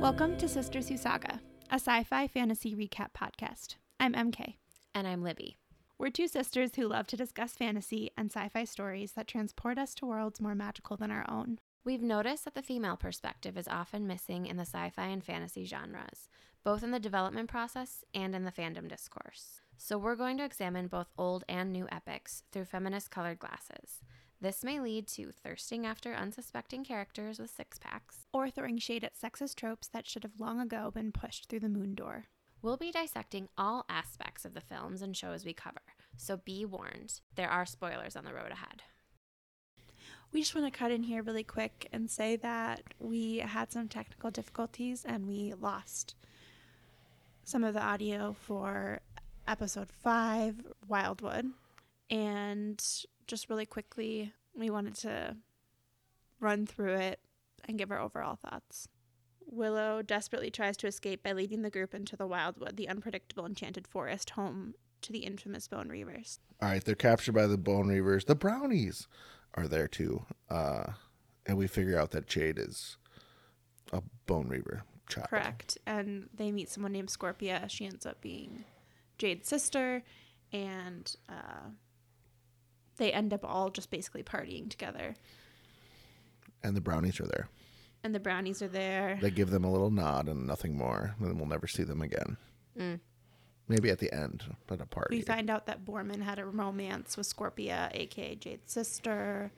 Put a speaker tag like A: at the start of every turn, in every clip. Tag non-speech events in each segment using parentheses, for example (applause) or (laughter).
A: Welcome to Sisters Who Saga, a sci fi fantasy recap podcast. I'm MK.
B: And I'm Libby.
A: We're two sisters who love to discuss fantasy and sci fi stories that transport us to worlds more magical than our own.
B: We've noticed that the female perspective is often missing in the sci fi and fantasy genres, both in the development process and in the fandom discourse. So we're going to examine both old and new epics through feminist colored glasses. This may lead to thirsting after unsuspecting characters with six packs.
A: Or throwing shade at sexist tropes that should have long ago been pushed through the moon door.
B: We'll be dissecting all aspects of the films and shows we cover, so be warned, there are spoilers on the road ahead.
A: We just want to cut in here really quick and say that we had some technical difficulties and we lost some of the audio for episode five, Wildwood. And just really quickly, we wanted to run through it and give our overall thoughts. Willow desperately tries to escape by leading the group into the Wildwood, the unpredictable enchanted forest home to the infamous Bone Reavers.
C: All right, they're captured by the Bone Reavers. The brownies are there too, uh, and we figure out that Jade is a Bone Reaver child.
A: Correct. And they meet someone named Scorpia. She ends up being Jade's sister, and uh, they end up all just basically partying together.
C: And the brownies are there.
A: And the brownies are there.
C: They give them a little nod and nothing more, and then we'll never see them again. Maybe at the end, but a party.
A: Mm. We find out that Borman had a romance with Scorpia, aka Jade's sister.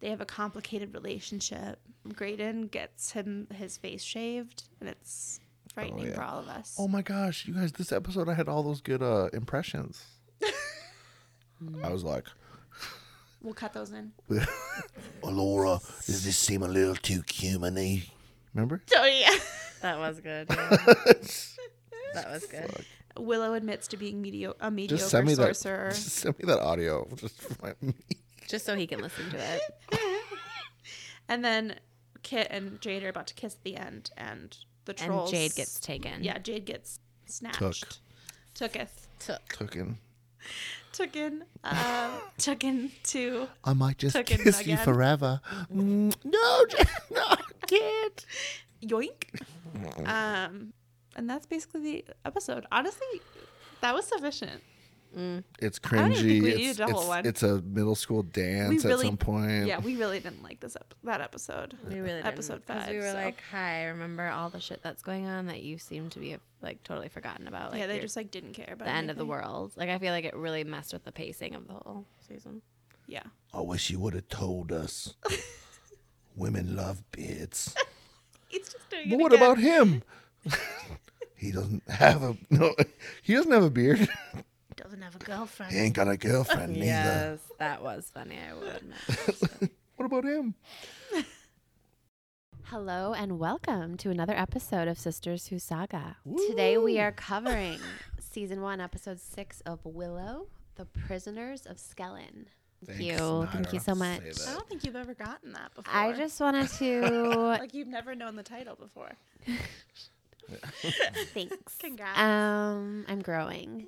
A: They have a complicated relationship. Graydon gets him his face shaved, and it's frightening
C: yeah.
A: for all of us.
C: oh my gosh, you guys! This episode, I had all those good uh,
A: (laughs)
C: impressions. I was like,
A: We'll cut those (laughs) in.
C: Laura, does this seem a little too cumany? (laughs) Remember?
A: So Oh, yeah.
B: That
A: (laughs)
B: was good. that was good.
A: Willow admits to being medio- a mediocre
C: Just send me that.
A: sorcerer.
C: (laughs)
A: (laughs)
C: Just send me that audio. Just (laughs) remind me.
B: Just so he can listen to it.
A: And then Kit and Jade are about to kiss at the end, and the trolls.
B: And Jade gets taken.
A: Yeah, Jade gets snatched. Tooketh.
B: (laughs) Took.
C: Cooking.
A: Tooken. (laughs) Uh, tooken to.
C: I might just
A: Took it
C: kiss you
A: again.
C: forever. Mm, no, (laughs) Jade, no, I can't.
A: Yoink.
C: Mm-hmm.
A: Um, and that's basically the episode. Honestly, that was sufficient.
C: It's cringy.
A: don't even think we
C: it's,
A: needed a whole
C: it's-
A: one.
C: it's a middle school dance
A: really-
C: at some point.
A: Yeah, we really didn't like this ep- that episode.
B: We really didn't,
A: Episode
B: 'cause
A: five,
B: We were
A: so.
B: like, "Hi, remember all the shit that's going on that you seem to be like totally forgotten about." Like,
A: yeah, they
B: you're-
A: just like didn't care about
B: the end of the
A: anything.
B: world. Like, I feel like it really messed with the pacing of the whole season.
A: Yeah.
C: I wish you would have
A: (laughs)
C: told us. Women love beards.
A: It's just doing
C: But
A: it (laughs)
C: what
A: again. (laughs)
C: about him? he doesn't have a no. (laughs) He doesn't have a beard.
A: Doesn't have a girlfriend.
C: He ain't got a
A: (laughs)
C: girlfriend neither.
B: that was funny. I will admit.
C: What about him?
B: Hello and welcome to another episode of Sisters Who Saga. Today we are covering (laughs) season one, episode six of Willow, The Prisoners of Skellen. Thank you. Thank you so much.
A: I don't think you've ever gotten that before.
B: I just wanted
A: (laughs)
B: to
A: like you've never known the title before.
B: (laughs) thanks.
A: Congrats.
B: Um, I'm (laughs) growing.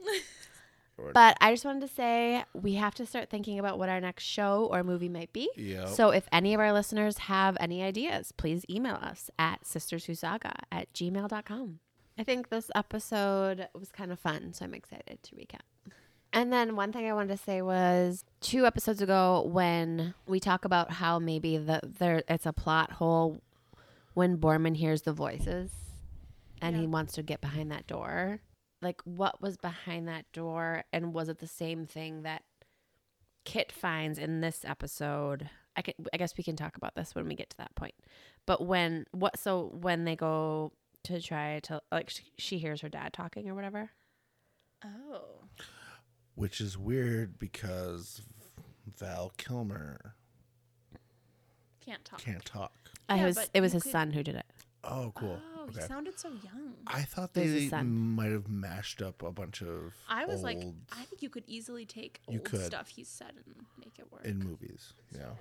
B: But I just wanted to say we have to start thinking about what our next show or movie might be.
C: Yep.
B: So if any of our listeners have any ideas, please email us at sisterswhosaga at gmail.com. I think this episode was kind of fun, so I'm excited to recap. And then one thing I wanted to say was two episodes ago when we talk about how maybe the there it's a plot hole when Borman hears the voices and he wants to get behind that door. Like what was behind that door and was it the same thing that Kit finds in this episode? I can I guess we can talk about this when we get to that point. But when what so when they go to try to like she, she hears her dad talking or whatever.
A: oh.
C: Which is weird because Val Kilmer
A: Can't talk.
C: can't talk.
B: Uh,
A: Yeah,
B: it was
A: but
B: it was
A: you
B: his
A: could-
B: son who did it.
C: Oh, cool.
A: Oh,
C: Okay.
A: he sounded so young.
C: I thought
B: There's a
C: they
B: son.
C: might have mashed up a bunch of
A: I was
C: old
A: like, (laughs) I think you could easily take
C: You
A: old
C: could.
A: stuff he said and make it work.
C: in movies. Yeah. (laughs)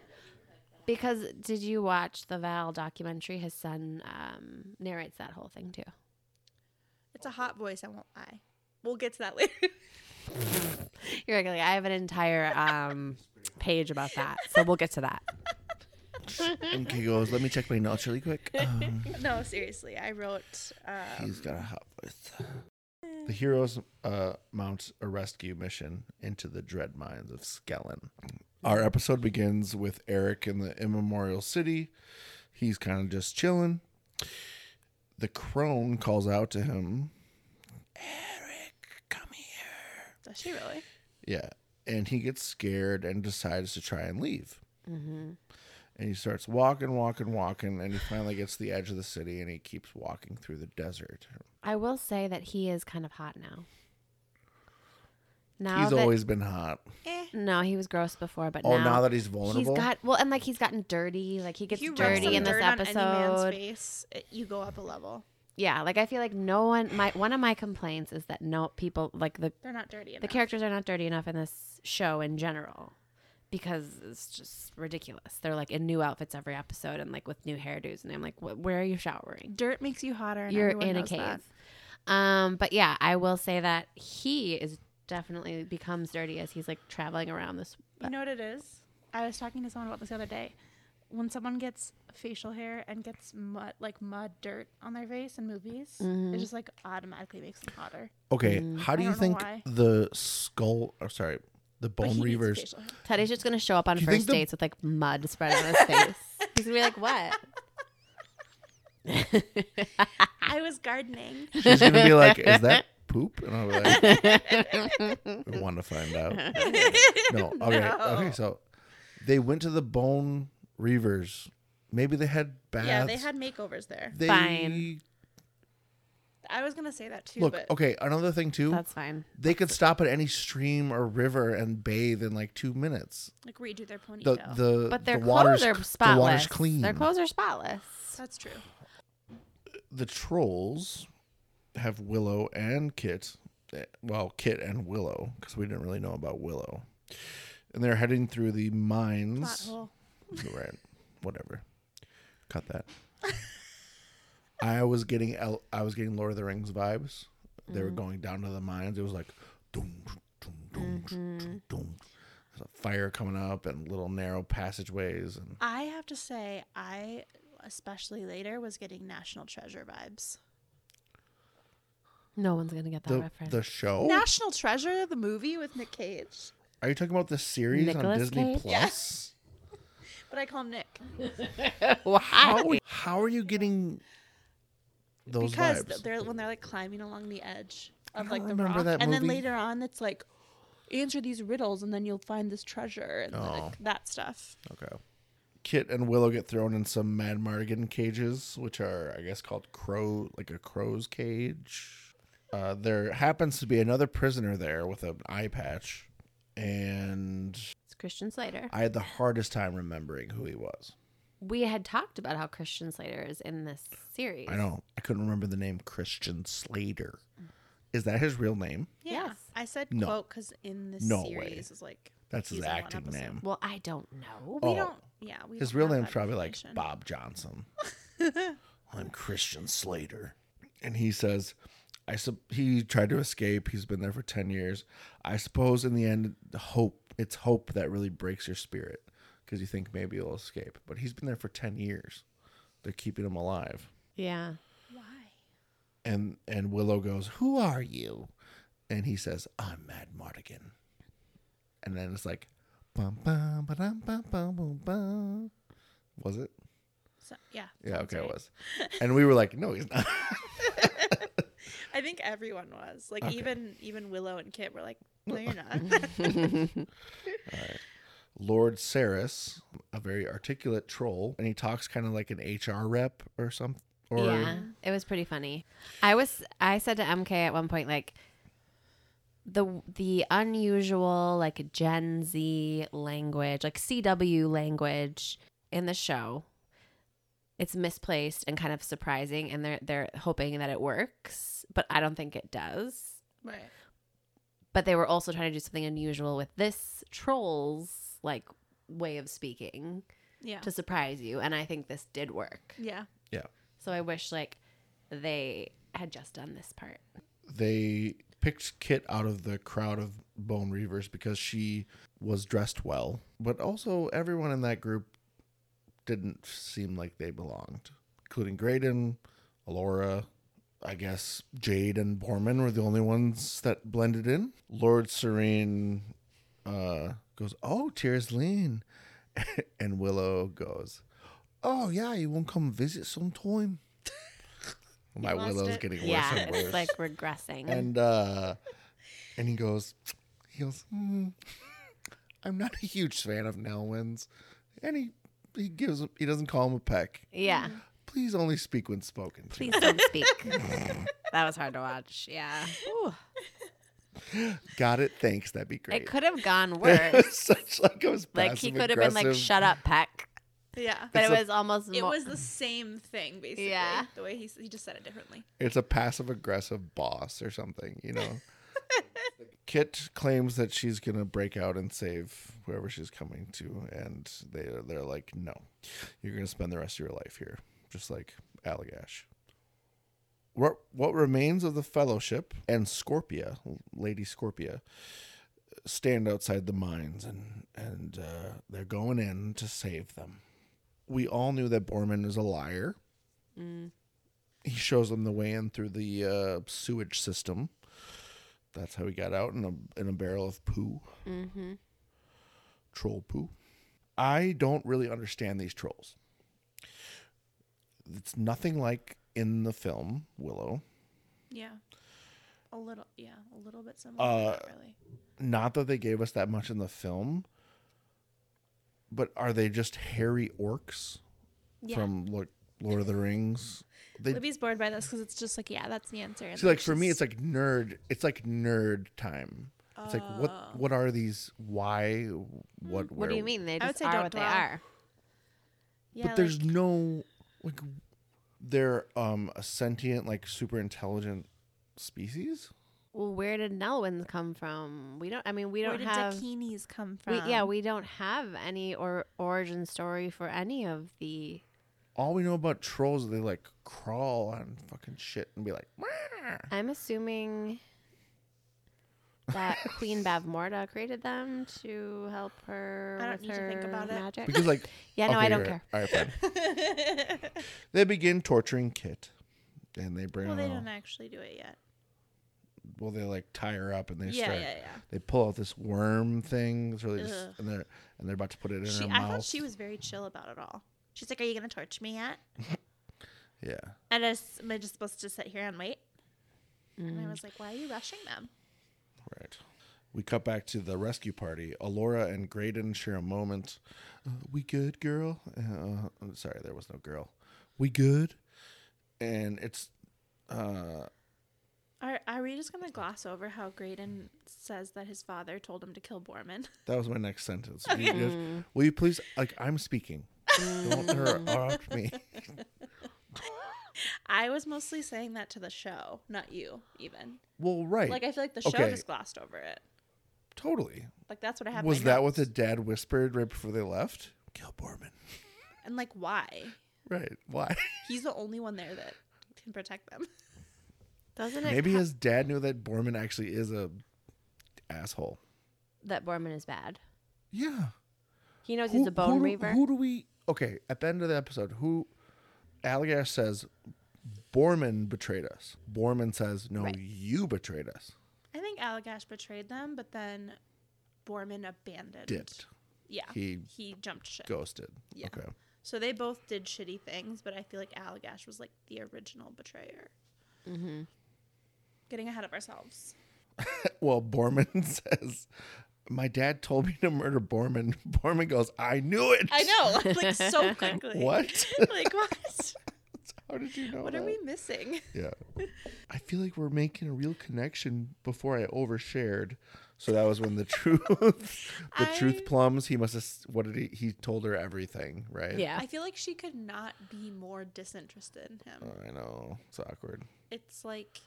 B: Because did you watch the Val documentary? His son um, narrates that whole thing too.
A: it's a hot voice, I won't lie. We'll get to that (laughs) later.
B: (laughs) You're like, like, I have an entire um, page about that, so we'll get to that.
C: and he goes, "Let me check my notes
A: (laughs)
C: really quick." Um,
A: No, seriously, I wrote. Um,
C: he's got a hot voice. The heroes uh, mount a rescue mission into the dread mines of Skellen. Our episode begins with Eric in the immemorial city. He's kind of just chilling. The crone calls out to him, Eric, come here.
A: does she really?
C: Yeah. And he gets scared and decides to try and leave.
B: Mm-hmm.
C: And he starts walking, walking, walking. And he finally gets to the edge of the city and he keeps walking through the desert.
B: I will say that he is kind of hot now. Now
C: He's
B: that,
C: always been hot.
A: Eh.
B: no, he was gross before, but
C: Oh,
B: now,
C: now that he's vulnerable?
B: he's got well, and like he's gotten dirty. Like he gets
A: You rub some
B: dirty in this
A: dirt on any man's
B: episode.
A: face, it- you go up a level.
B: Yeah, like I feel like no one. My one of my complaints is that no people like the
A: They're not dirty enough.
B: the characters are not dirty enough in this show in general because it's just ridiculous. They're like in new outfits every episode and like with new hairdos, and I'm like, "Wh- where are you showering?
A: dirt makes you hotter. And
B: You're
A: everyone
B: in a
A: knows that.
B: cave. Um, but yeah, I will say that he is definitely becomes dirty as he's like traveling around this.
A: You know what it is? I was talking to someone about this the other day. When someone gets facial hair and gets mud, like mud dirt on their face in movies, it just like automatically makes them hotter.
C: Okay. How do
A: mm, I
C: you
A: don't know
C: think
A: why.
C: the skull, or sorry, the
A: But
C: bone
A: he needs
C: reavers,
A: facial hair.
B: Teddy's just gonna show up on
C: Do you think
B: first
C: the-
B: dates with like mud spread on his face.
C: (laughs)
B: He's gonna be like, what?
A: I was gardening.
C: she's going to be like, is
A: (laughs)
C: that poop? And I'll be like, I want to find out.
A: (laughs)
C: No. Okay. Okay. So they went to the bone reavers. Maybe they had baths.
A: yeah, they had makeovers there.
C: They-
B: Fine.
A: I was gonna say that too.
C: Look,
A: but
C: okay, another thing too.
B: That's fine.
C: they could stop at any stream or river and bathe in like two minutes.
A: like redo their ponytail.
C: The the
B: But their
C: the water's,
B: clothes are
C: the
B: spotless.
C: water's clean.
B: Their clothes are spotless.
A: That's true.
C: the trolls have Willow and Kit. eh, Well, Kit and Willow, because we didn't really know about Willow. And they're heading through the
A: Plot
C: (laughs) mines.
A: hole.
C: Right. Whatever. Cut that. (laughs) I was getting El- I was getting Lord of the Rings vibes. They
B: Mm.
C: were going down to the mines. It was like doom, doom, doom,
B: Mm-hmm.
C: doom, doom. There's a fire coming up and little narrow passageways and
A: I have to say, I especially later was getting National Treasure vibes.
B: No one's gonna get that
C: the,
B: reference.
C: the show.
A: National Treasure, the movie with Nick Cage,
C: Are you talking about the series on
B: Nicolas
C: Disney
B: Cage?
C: Plus?
A: but I call him Nick
C: How, how are you getting those
A: because
C: vibes?
A: they're when they're like climbing along the edge of
C: don't
A: like the
C: remember
A: rock,
C: that
A: and then
C: movie.
A: later on it's like answer these riddles and then you'll find this treasure and
C: Oh.
A: like that stuff.
C: Okay. Kit and Willow get thrown in some Mad Mardigan cages, which are, I guess, called crow, like a crow's cage. Uh, there happens to be another prisoner there with an eye patch, and
B: it's Christian Slater.
C: I had the hardest time remembering who he was.
B: We had talked about how Christian Slater is in this series.
C: I know I couldn't remember the name Christian Slater. Is that his real name?
A: Yeah,
B: Yes.
A: I said
C: No.
A: quote because in this
C: No
A: series
C: way.
A: is like
C: That's
A: He's
C: his
A: in one
C: acting
A: episode.
C: name.
B: Well, I don't know.
A: we
C: Oh.
A: don't. Yeah, we
C: His
A: don't
C: real
A: have
C: name's
A: that
C: probably like
A: information.
C: Bob
A: (laughs)
C: Johnson. I'm Christian Slater. And he says, I sup he tried to escape. He's been there for 10 years. I suppose in the end, hope, it's hope that really breaks your spirit because you think maybe he'll escape. But he's been there for 10 years. They're keeping him alive.
B: Yeah.
A: Why?
C: And, and Willow goes, Who are you? And he says, I'm Mad Mardigan. And then it's like, bum, bum, ba-dum, bum, bum, bum, bum. Was it?
A: So, yeah.
C: Yeah,
A: sounds
C: okay,
A: right.
C: it was. And we were like, no, he's not. (laughs)
A: I think everyone was like
C: Okay.
A: even even Willow and Kit were like, no,
C: (laughs)
A: you're not.
C: Lord Saris, a very articulate troll, and he talks kind of like an HR rep or something. Or
B: yeah. It was pretty funny. I was I said to MK at one point like the the unusual like Gen Z language, like CW language in the show. It's misplaced and kind of surprising and they're they're hoping that it works, but I don't think it does.
A: right.
B: but they were also trying to do something unusual with this troll's like way of speaking
A: Yeah.
B: to surprise you and i think this did work
A: yeah.
B: so i wish like they had just done this part
C: they picked Kit out of the crowd of Bone Reavers because she was dressed well, but also everyone in that group didn't seem like they belonged, including Graydon, Alora. I guess Jade and Borman were the only ones that blended in. Lord Serene uh, goes, "Oh, Tears Lean," (laughs) and Willow goes, "Oh yeah, you won't come visit sometime." (laughs) My
A: lost
C: Willow's
A: it.
C: getting worse
B: yeah,
C: and
B: it's
C: worse.
B: like regressing.
C: and uh, and he goes, he goes, hmm, "I'm not a huge fan of Nelwyn's," and he he gives him, he doesn't call him a peck.
B: yeah,
C: Please only speak when spoken to.
B: please don't speak. that was hard to watch. Yeah, Ooh.
C: Got it. Thanks. That'd be great.
B: it could have gone
C: It
B: worse.
C: was (laughs) such like it was
B: like he
C: passive
B: could have been like,
C: aggressive.
B: "Shut up, (laughs) Peck,"
A: Yeah.
B: but
C: It's
B: it
C: a-
B: was almost.
A: It
B: mo-
A: was the same thing, basically.
B: Yeah.
A: The way he, s- he just said it differently.
C: It's a passive aggressive boss or something, you know. Kit claims that she's gonna break out and save whoever she's coming to, and they they're like, "No, you're gonna spend the rest of your life here, just like Allagash." What what remains of the Fellowship and Scorpia, Lady Scorpia, stand outside the mines, and and uh, they're going in to save them. We all knew that Borman is a liar
B: Mm,
C: he shows them the way in through the uh, sewage system. That's how he got out in a in a barrel of poo,
B: mm-hmm.
C: troll poo. I don't really understand these trolls. It's nothing like in the film Willow.
A: Yeah. A little, yeah, a little bit similar. but
C: Uh,
A: not really.
C: Not that they gave us that much in the film, but are they just hairy orcs
A: Yeah.
C: from Lord, Lord of the Rings? They
A: Libby's bored by this because it's just like, yeah, that's the answer. and
C: See, like
A: that's
C: for me,
A: just-
C: it's like nerd. It's like nerd time. It's like
A: Uh.
C: what?
A: oh.
C: What are these? Why? What?
B: What do you mean? They
A: would
B: just
A: say
B: are
A: don't
B: what they
A: dwell.
B: are.
A: yeah,
C: But there's no like they're um a sentient like super intelligent species.
B: Well, where did Nelwyn's come from? We don't. I mean, we
A: where
B: don't
A: did
B: have.
A: dakinis come from?
B: We, yeah, we don't have any or origin story for any of the.
C: All we know about trolls is they like crawl on fucking shit and be like, "Meow."
B: I'm assuming
C: (laughs)
B: that Queen Bavmorda created them to help her.
A: I don't
B: with
A: need to think
B: her
A: about it.
B: magic.
A: (laughs)
C: because like
B: yeah, no,
C: okay,
B: I don't
C: you're
B: care.
C: right. All right, fine. they begin torturing Kit, and they bring
A: well,
C: well,
A: they
C: her.
A: don't
C: They
A: actually do it yet.
C: well, they like tie her up and they
A: Yeah,
C: start.
A: yeah, yeah.
C: They pull out this worm thing. It's really just,
A: Ugh.
C: and they're and they're about to put it in
A: She,
C: her
A: I
C: mouth.
A: thought she was very chill about it all. She's like, "Are you gonna torture me yet?"
C: Yeah.
A: And I s- am I just supposed to sit here and wait? And I was like, "Why are you rushing them?"
C: Right. We cut back to the rescue party. Alora and Graydon share a moment. Uh, we good, girl? Uh, I'm sorry, there was no girl. We good? And it's uh,
A: Are Are we just gonna gloss over how Graydon says that his father told him to kill Borman? (laughs)
C: that was my next sentence. Will you just-
A: Mm.
C: will you please like I'm speaking. Don't interrupt me.
A: I was mostly saying that to the show, not you, even.
C: Well, right.
A: Like I feel like the show
C: Okay.
A: just glossed over it.
C: totally.
A: Like that's what I have. in my
C: Was that
A: notes.
C: what the dad whispered right before they left? Kill Borman.
A: And like, why?
C: Right. Why?
A: (laughs) He's the only one there that can protect them.
B: Doesn't it
C: Maybe
B: co-
C: his dad knew that Borman actually is a asshole.
B: that Borman is bad?
C: Yeah.
B: He knows he's a bone
C: do-
B: reaver.
C: Who do we? Okay, at the end of the episode, who? Allagash says, Borman betrayed us. Borman says, No,
B: Right.
C: you betrayed us.
A: (laughs) I think Allagash betrayed them, but then Borman abandoned.
C: Dipped,
A: Yeah.
C: He-
A: he jumped ship.
C: ghosted.
A: Yeah.
C: Okay.
A: So they both did shitty things, but I feel like Allagash was like the original betrayer.
B: mm-hmm.
A: Getting ahead of ourselves.
C: Well, Borman (laughs) says, My dad told me to murder Borman. (laughs) Borman goes, I knew it.
A: I know, (laughs) like
B: (laughs)
A: so quickly.
C: What?
A: (laughs) like what?
C: How did you know?
A: What are
C: that?
A: we missing?
C: Yeah. I feel like we're making a real connection before I overshared. So that was when the (laughs) truth, the
A: I-
C: truth plums. He must have. What did he? He told her everything, right?
B: Yeah.
A: I feel like she could not be more disinterested in him.
C: I know. It's awkward.
A: It's like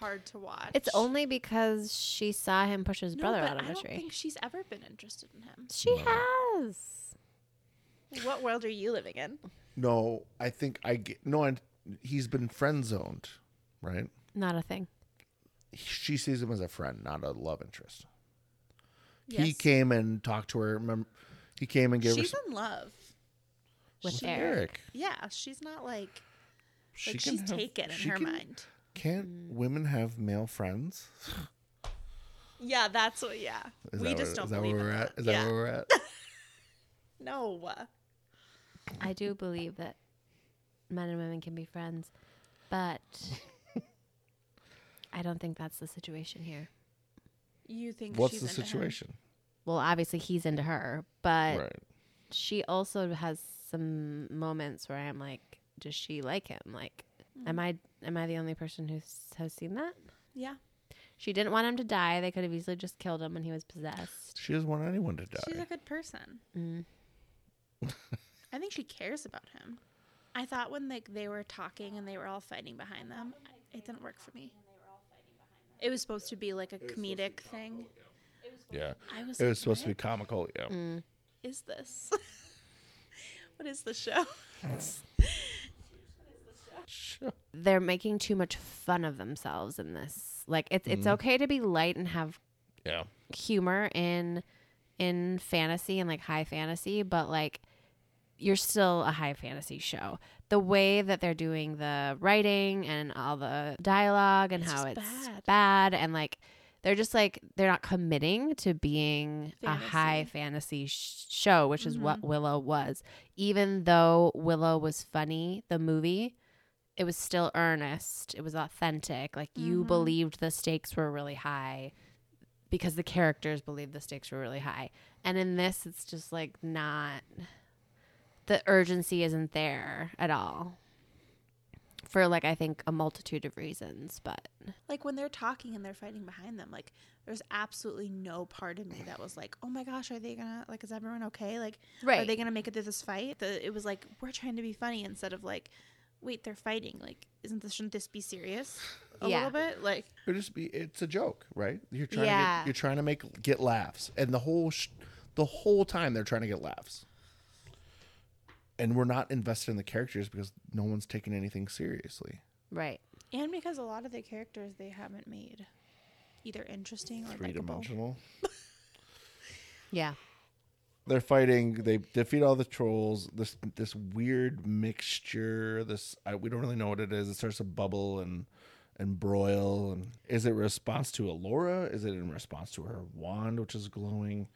A: hard to watch.
B: It's only because she saw him push his
A: no,
B: brother
A: but
B: out of
A: I
B: a
A: don't
B: tree.
A: think she's ever been interested in him.
B: She has.
A: What world are you living in?
C: No, I think I get. No, I, he's been friend zoned, right?
B: Not a thing.
C: She sees him as a friend, not a love interest. He came and talked to her. Remember, he came and gave her.
A: she's
C: Some,
A: in love.
B: with
C: With
B: Eric.
C: Eric.
A: Yeah, she's not like,
C: She
A: like
C: can
A: she's
C: have-
A: taken in
C: she
A: her
C: can-
A: mind. Mm.
C: Can't women have male friends?
A: Yeah, that's what. Yeah,
C: Is
A: we
C: that
A: just
C: where,
A: don't
C: is that
A: believe
C: where we're
A: in
C: at?
A: that.
C: Is
A: yeah.
C: that where we're at?
A: (laughs) No.
B: I do believe that men and women can be friends, but
C: (laughs)
B: I don't think that's the situation here.
A: You think
C: What's
A: she's
C: the
A: into him.
C: situation?
B: Well, obviously he's into her, but
C: Right.
B: she also has some moments where I'm like, does she like him? Like, am I am I the only person who has seen that?
A: Yeah,
B: She didn't want him to die. They could have easily just killed him when he was possessed.
C: She doesn't want anyone to
A: she's a
C: die.
A: good person.
C: (laughs)
B: Mm.
A: I think she cares about him. I thought when like they were talking and they were all fighting behind them, it didn't work for me. It was supposed to be like a comedic thing.
C: yeah.
A: I was.
C: It was supposed to be comical. Yeah.
A: Mm. be. Is this? (laughs) what is the show?
C: (laughs) Sure.
B: They're making too much fun of themselves in this. Like it's it's okay to be light and have
C: Yeah.
B: humor in in fantasy and like high fantasy, but like you're still a high fantasy show. The way that they're doing the writing and all the dialogue and
A: It's
B: how
A: just
B: it's
A: bad.
B: bad. and like they're just like they're not committing to being a high fantasy sh- show, which is
A: Mm-hmm.
B: what Willow was. Even though Willow was funny, the movie it was still earnest. It was authentic. Like you
A: Mm-hmm.
B: believed the stakes were really high because the characters believed the stakes were really high. And in this, it's just like not the urgency isn't there at all for like I think a multitude of reasons, but
A: Like when they're talking and they're fighting behind them, like there's absolutely no part of me that was like, "Oh my gosh, are they gonna like? Is everyone okay? Like, are they gonna make it through this fight?" The, it was like we're trying to be funny instead of like, "Wait, they're fighting. Like, isn't this shouldn't this be serious a
B: Yeah.
A: little bit? Like,
C: It just be. It's a joke, right? You're trying. To
B: Yeah.
C: get, you're trying to make get laughs, and the whole, sh- the whole time they're trying to get laughs. And we're not invested in the characters because no one's taking anything seriously.
B: right.
A: and because a lot of the characters they haven't made either interesting or
C: Three
A: likable.
C: dimensional.
A: (laughs)
B: Yeah.
C: they're fighting. They defeat all the trolls. This this weird mixture. This I, we don't really know what it is. It starts to bubble and and broil. And is it response to Alora? Is it in response to her wand, which is glowing?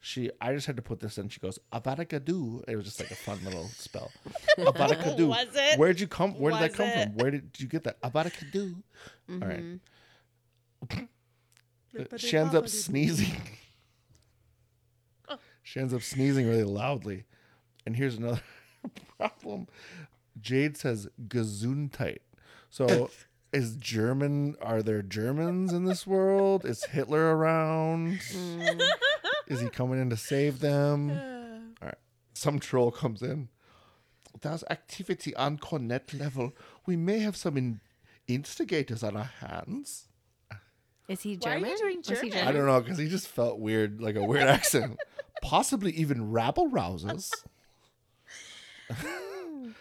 C: She. I just had to put this in. She goes Avada It was just like a fun little
A: (laughs)
C: spell. Avada Kedavra.
A: Was it?
C: Where'd you come? Where did that
A: Was
C: come
A: it?
C: from? Where did you get that Avada Kedavra? All right. She ends up sneezing. she ends up sneezing really loudly. And here's another (laughs) problem. Jade says Gesundheit. So is German are there Germans in this world? Is Hitler around?
B: Mm.
C: Is he coming in to save them?
A: (laughs)
C: All right. Some troll comes in. There's activity on Cornet level. We may have some in- instigators on our hands.
B: Is he
A: Why are you
B: German?
A: doing
B: Was he
A: German?
C: I don't know because he just felt weird, like a
A: (laughs)
C: weird accent, possibly even rabble rousers.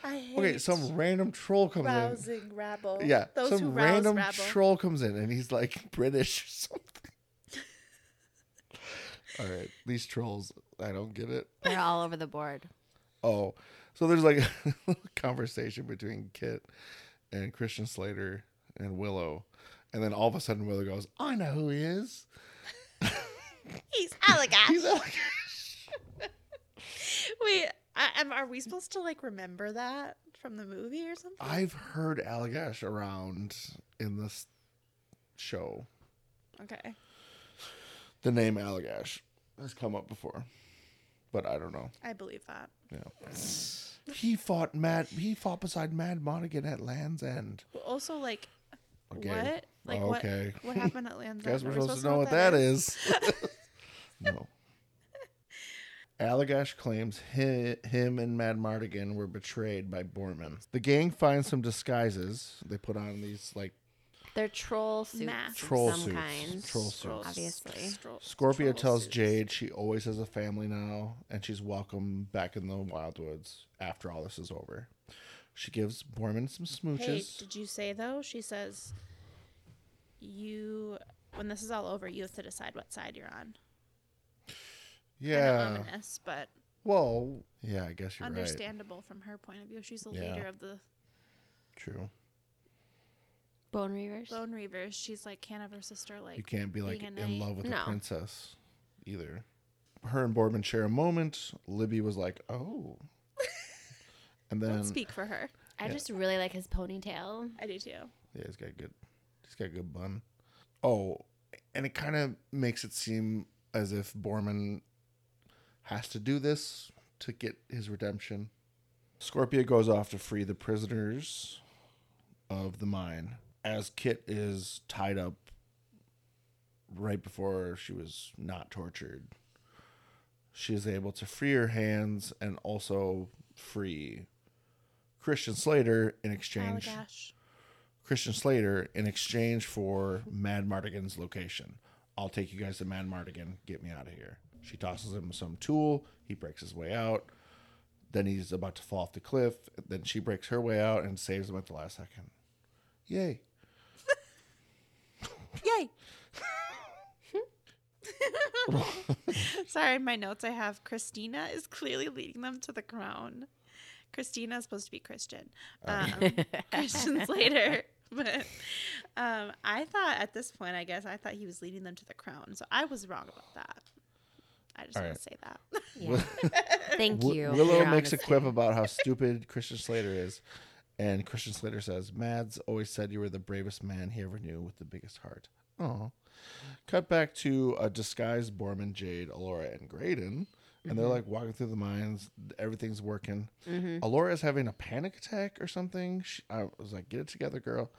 A: I
C: Okay,
A: hate
C: some random troll comes
A: rousing rabble.
C: in. Yeah,
A: those who
C: some
A: rouse
C: random
A: rabble.
C: troll comes in, and he's like (laughs) British or
A: (laughs)
C: something. All right, these trolls, I don't get it.
B: They're all over the board.
C: Oh, so there's like (laughs) a little conversation between Kit and Christian Slater and Willow, and then all of a sudden Willow goes, "I know who he is.
A: He's Allagash.
C: He's Alec."
A: Wait, I, am, are we supposed to like remember that from the movie or something?
C: I've heard Allagash around in this show.
A: Okay.
C: The name Allagash has come up before, but I don't know.
A: I believe that.
C: Yeah. He fought Mad. He fought beside Mad Monaghan at Land's End.
A: But also, like,
C: Okay.
A: what? Like,
C: Oh,
A: what,
C: okay.
A: what
C: (laughs)
A: happened at Land's End?
C: Guess we're
A: Are we
C: supposed to know what that is. no. (laughs) Allagash claims hi- him and Mad Mardigan were betrayed by Borman. The gang finds some disguises. They put on these like
B: They're troll suits.
A: Masks.
B: of
C: Troll
B: some
C: suits.
B: kind.
C: Troll suits.
B: Obviously.
A: Stroll-
C: Scorpio
A: stroll
C: tells
A: suits.
C: Jade she always has a family now and she's welcome back in the Wildwoods after all this is over. She gives Borman some
A: Hey,
C: smooches.
A: did you say though? She says, you, when this is all over, you have to decide what side you're on. Kinda
C: yeah.
A: Ominous, but
C: Well, yeah, I guess you're right.
A: Understandable from her point of view. She's the
C: Yeah.
A: leader of the
C: True.
B: Bone Reavers.
A: Lone Reavers. She's like can't have her sister like
C: you can't be like
A: being a
C: in
A: knight.
C: love with a
B: No.
C: princess either. Her and Boardman share a moment. Libby was like,
A: (laughs)
C: "Oh," and then
A: don't speak for her.
B: I just really like his ponytail.
A: I do too.
C: yeah, he's got good, he's got a good bun. Oh, and it kind of makes it seem as if Borman has to do this to get his redemption. Scorpio goes off to free the prisoners of the mine as Kit is tied up right before she was not tortured. She is able to free her hands and also free Christian Slater in
A: Oh,
C: exchange.
A: Allagash.
C: Christian Slater in exchange for Mad Mardigan's location. I'll take you guys to Mad Mardigan. Get me out of here. She tosses him some tool. He breaks his way out. Then he's about to fall off the cliff. Then she breaks her way out and saves him at the last second. Yay.
B: (laughs)
A: Yay. (laughs) Sorry, in my notes I have Christina is clearly leading them to the crown. Christina is supposed to be Christian.
C: Oh. (laughs)
A: Um, (laughs) Christian Slater. (laughs) But um, I thought at this point, I guess, I thought he was leading them to the crown. So I was wrong about that. I just
C: All
A: want to
C: right.
A: say that. (laughs)
B: Yeah. Thank
C: Wi-
B: you.
C: Willow
B: Your
C: makes a
B: honesty.
C: quip about how stupid Christian Slater is. And Christian Slater says, Mads always said you were the bravest man he ever knew with the biggest heart. Oh. Cut back to a disguised Borman, Jade, Alora, and Graydon. And
B: Mm-hmm.
C: they're like walking through the mines. Everything's working. Alora is having a panic attack or something. She, I was like, get it
B: (laughs)
C: together, girl.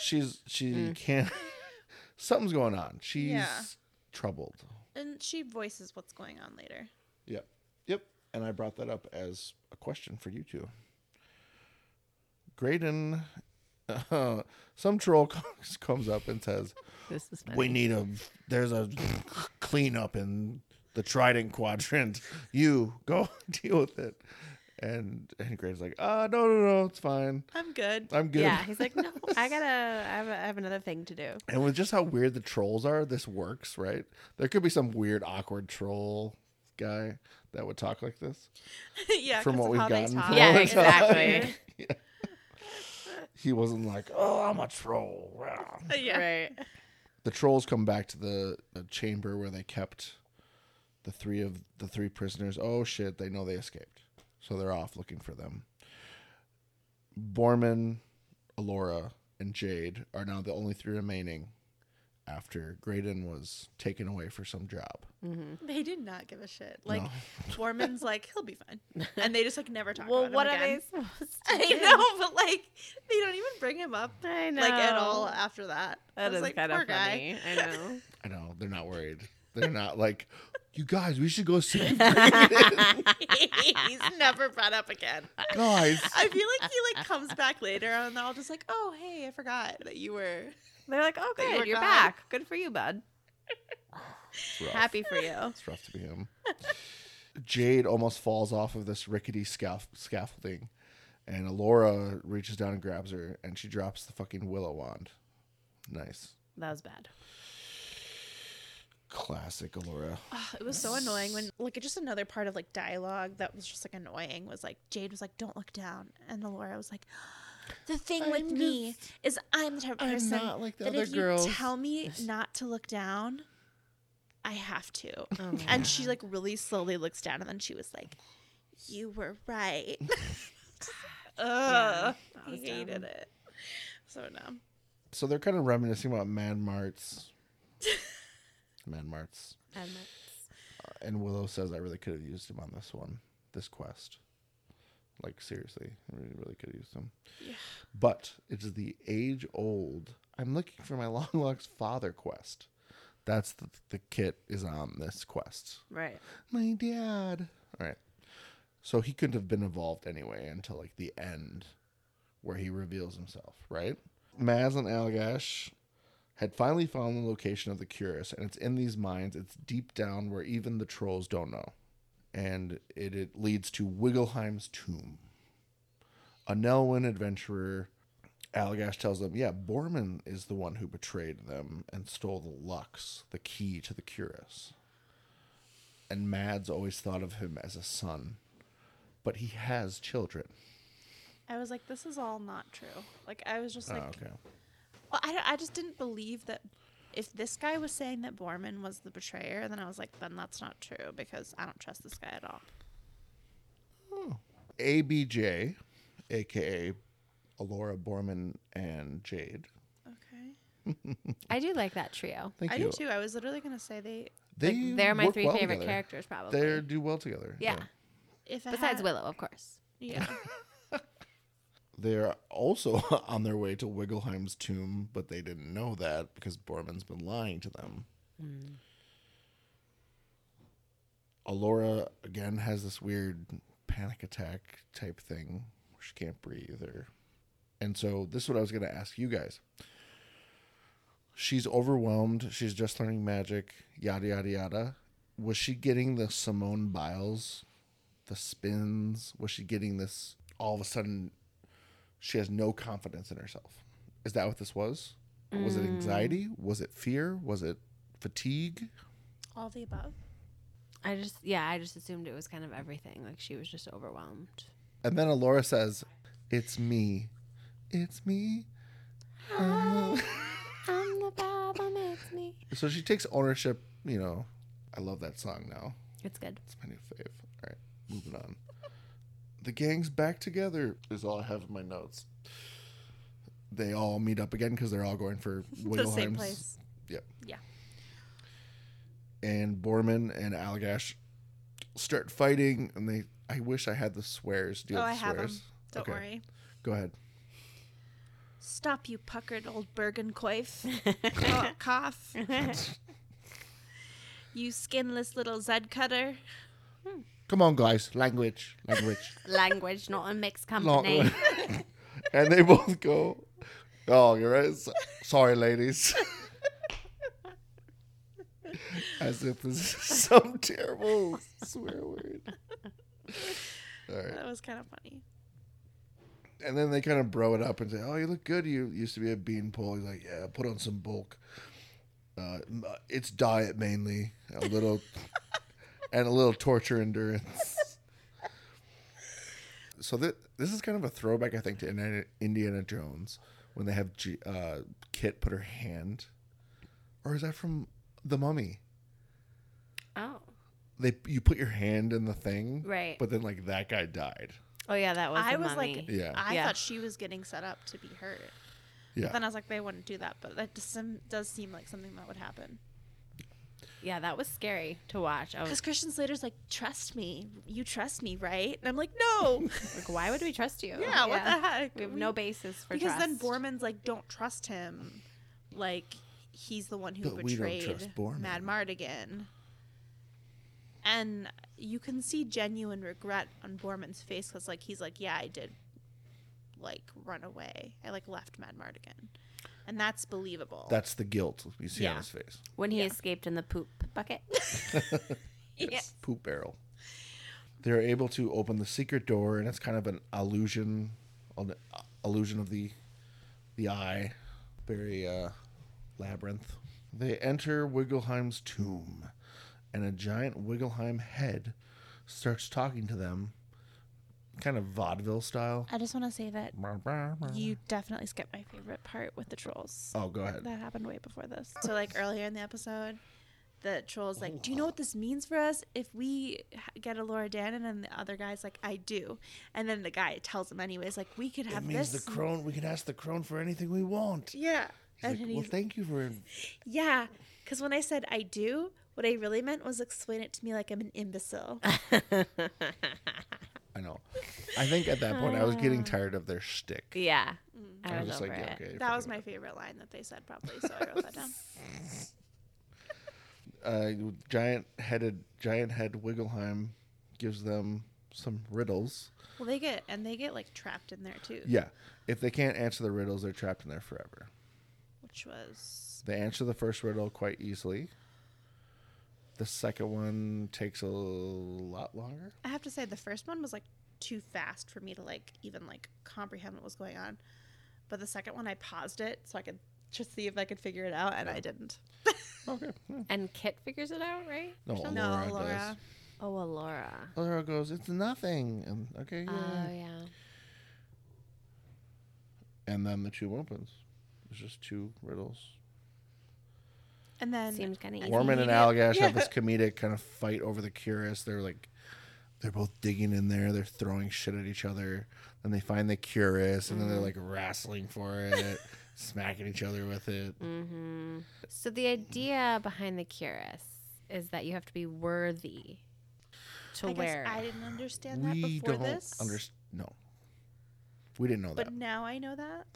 C: She's, she
B: Mm.
C: can't, (laughs) something's going on. She's
A: Yeah.
C: troubled.
A: And she voices what's going on later.
C: Yep. Yep. And I brought that up as a question for you two. Graydon, (laughs) some troll (laughs) comes- comes up and says,
B: This is
C: "We need a. There's a cleanup in the Trident Quadrant. You go (laughs) deal with it." And and Graydon's like, "Ah, no, no, no, it's fine.
A: I'm good.
C: I'm good."
B: Yeah, he's like, (laughs) no, I gotta, I have, I have another thing to do.
C: And with just how weird the trolls are, this works, right? There could be some weird, awkward troll guy that would talk like this.
A: (laughs) yeah,
C: From
A: 'cause
C: what
A: of
C: we've
A: how they
C: gotten
A: talk.
C: from
B: Yeah,
C: Oh,
B: exactly.
A: (laughs)
C: He wasn't like, "Oh, I'm a troll." rah."
A: Uh, yeah.
B: Right.
C: the trolls come back to the, the chamber where they kept the three of the three prisoners. Oh shit, they know they escaped. So they're off looking for them. Borman, Alora, and Jade are now the only three remaining after Graydon was taken away for some job.
A: They did not give a shit. Like, Borman's like, he'll be
B: (laughs)
A: fine. And they just, like, never talk
B: Well,
A: about
B: what
A: him
B: are
A: again.
B: they (laughs) supposed
A: (laughs)
B: to
A: I
B: do?
A: know, but like they don't even bring him up
B: I know.
A: like at all after that. I
B: That
A: was
B: is
A: like,
B: kind of
A: "Poor guy."
B: funny. I know.
C: (laughs) I know, they're not worried. They're not like, you guys, we should go
B: (laughs)
C: see Graydon. (laughs)
A: (laughs) He's never brought up again.
C: guys.
A: I feel like he like comes back later and they're all just like, "Oh, hey, I forgot that you were."
B: They're like, oh,
A: That you
B: good,
A: were
B: you're
A: gone.
B: back. Good for you, bud.
C: It's rough.
B: Happy for
C: (laughs)
B: you.
C: It's rough to be him. Jade almost falls off of this rickety scaff- scaffolding, and Alora reaches down and grabs her, and she drops the fucking willow wand. Nice.
B: That was bad.
C: Classic Alora.
A: (sighs) Ugh, it was so annoying when like just another part of like dialogue that was just like annoying was like Jade was like, "Don't look down," and Alora was like. The thing with
C: I'm
A: me is I'm the type of
C: I'm
A: person
C: not like the
A: that
C: other
A: if
C: girls."
A: you tell me not to look down, I have to.
B: Oh,
A: and she like really slowly looks down and then she was like, You were (laughs) right. Ugh.
B: that
A: I
B: was
A: hated
B: dumb.
A: it. So dumb.
C: So they're kind of reminiscing about Mad (laughs) Mart's. Mad Mart's. And Willow says, I really could have used him on this one, this quest. Like, seriously, I really, really could have used him.
A: Yeah.
C: But it's the age old, I'm looking for my (laughs) long lost father quest. That's the, the kit is on this quest.
B: Right.
C: My dad. All right. So he couldn't have been involved anyway until like the end where he reveals himself, right? Maz and Algash had finally found the location of the Curious, and it's in these mines. It's deep down where even the trolls don't know. And it, it leads to Wiggleheim's tomb. A Nelwyn adventurer, Algash tells them, yeah, Borman is the one who betrayed them and stole the Lux, the key to the Curious. and Mads always thought of him as a son, but he has children.
A: I was like, this is all not true. Like, I was just like,
C: oh, okay.
A: well, I, don't- I just didn't believe that if this guy was saying that Borman was the betrayer, then I was like, then that's not true because I don't trust this guy at all.
C: ABJ, aka Alora Borman and Jade.
A: Okay.
B: I do like that trio.
C: Thank
A: I
C: you.
A: do too. I was literally going to say they,
C: They
B: Like, they're my
C: work
B: three
C: well
B: favorite
C: together.
B: characters, probably.
C: They do well together.
B: yeah.
A: if I
B: Besides
A: had-
B: Willow, of course.
A: Yeah.
C: They're also (laughs) on their way to Wiggleheim's tomb, but they didn't know that because Borman's been lying to them. Alora again has this weird panic attack type thing where she can't breathe or and so this is what I was gonna ask you guys. She's overwhelmed, she's just learning magic, yada yada yada. Was she getting the Simone Biles, the spins? Was she getting this all of a sudden she has no confidence in herself. Is that what this was? Was it anxiety? Was it fear? Was it fatigue?
A: all the above.
B: I just, yeah, I just assumed it was kind of everything. Like she was just overwhelmed.
C: And then Alora says, It's me. It's me.
B: I'm the problem, it's me.
C: So she takes ownership, you know. I love that song now.
B: It's good.
C: It's my new fave. All right, moving on. The gang's back together is all I have in my notes. They all meet up again because they're all going for
A: (laughs) The
C: Wiggleheim's.
A: same place.
C: Yep.
A: Yeah.
C: and Borman and Allagash start fighting, and they. I wish I had the swears. Do you
A: Oh, I
C: have the
A: have them.
C: swears?
A: Don't
C: Okay,
A: worry.
C: Go ahead.
A: Stop, you puckered old
B: (laughs)
A: Bergenkoif. Cough. you skinless little Zed cutter.
C: Come on, guys. Language, language. (laughs)
B: Language, not a mixed
C: Long-
B: company.
C: and they both go. Oh, you're right. So- Sorry, ladies. (laughs) As if this is (laughs) some terrible swear word. All right.
A: That was kind of funny.
C: and then they kind of bro it up and say, "Oh, you look good. You used to be a beanpole." He's like, "Yeah, put on some bulk. Uh, m- uh, it's diet mainly, a
A: (laughs)
C: little, and a little torture endurance." so that this is kind of a throwback, I think, to Indiana, Indiana Jones when they have G, uh, Kit put her hand, or is that from The Mummy?
B: (laughs) oh.
C: They you put your hand in the thing,
B: Right.
C: But then like that guy died.
B: Oh, yeah, that was
A: I
B: the
A: was
B: mummy.
A: like,
C: Yeah.
A: I
B: Yeah.
A: thought she was getting set up to be hurt.
C: Yeah.
A: But then I was like, they wouldn't do that. But that just seem- does seem like something that would happen.
B: yeah, that was scary to watch. I was
A: Because Christian Slater's like, trust me. You trust me, right? And I'm like,
B: (laughs)
A: no.
B: like, why would we trust you?
A: yeah, what the heck?
B: We have no basis for
A: Because then
B: trust.
A: Borman's like, don't trust him. Like, he's the one who
C: But we don't
A: betrayed
C: trust Borman.
A: Mad Mardigan. And you can see genuine regret on Borman's face because, like, he's like, yeah, I did, like, run away. I, like, left Mad Mardigan. And that's believable.
C: That's the guilt you see on
A: Yeah.
C: his face.
B: when he
A: Yeah.
B: escaped in the poop bucket.
C: Yes. Poop barrel. They're able to open the secret door, and it's kind of an illusion, an uh, illusion of the, the eye, very uh, labyrinth. They enter Wiggleheim's tomb, and a giant Wiggleheim head starts talking to them, kind of vaudeville style.
A: I just want to say that you definitely skipped my favorite part with the trolls.
C: Oh, go ahead.
A: That happened way before this. So like earlier in the episode, the troll's like, "Do you know
C: Oh.
A: what this means for us if we h- get a Laura Dannon?" And the other guy's like, "I do." And then the guy tells him anyways, like, "We could
C: It
A: have
C: means
A: this."
C: the crone. We can ask the crone for anything we want. He's
A: yeah. And
C: like,
A: then
C: well,
A: he's,
C: thank you for
A: yeah, because when I said I do, what I really meant was explain it to me like I'm an
C: (laughs)
A: imbecile.
C: I know. I think at that point I was getting tired of their shtick.
B: yeah. I
C: I
B: was
C: was just
B: over
C: like, yeah,
B: it.
C: okay.
A: that
C: fucking
A: was my favorite line that they said probably. So I wrote that (laughs) down.
C: uh, giant headed giant head Wiggleheim gives them some riddles.
A: Well, they get and they get like trapped in there too,
C: Yeah, if they can't answer the riddles, they're trapped in there forever.
A: which was
C: They answer the first riddle quite easily. The second one takes a lot longer.
A: I have to say the first one was like too fast for me to like even like comprehend what was going on. But the second one I paused it so I could to see if I could figure it out, and I didn't.
C: Okay. yeah.
B: And Kit figures it out, right?
C: No,
B: Or something?
A: No,
C: Laura,
A: Laura.
B: Oh, well, Laura.
C: does. Laura goes, it's nothing. And okay,
B: Oh,
C: yeah.
B: yeah.
C: and then the tube opens. It's just two riddles.
A: And then
B: Seems kind of easy.
C: Mormon and
A: Comedic.
C: Allagash have
A: Yeah.
B: (laughs)
C: this comedic kind of fight over the curious. They're like, they're both digging in there. They're throwing shit at each other. Then they find the curious, and then
B: Mm-hmm.
C: they're like wrestling
B: (laughs)
C: for it, smacking each other with it.
B: Mm-hmm. So the idea behind the Curus is that you have to be worthy to
A: I
B: wear.
A: guess I didn't understand that
C: We
A: before
C: don't
A: this.
C: understand. No, we didn't know that.
A: But now I know that.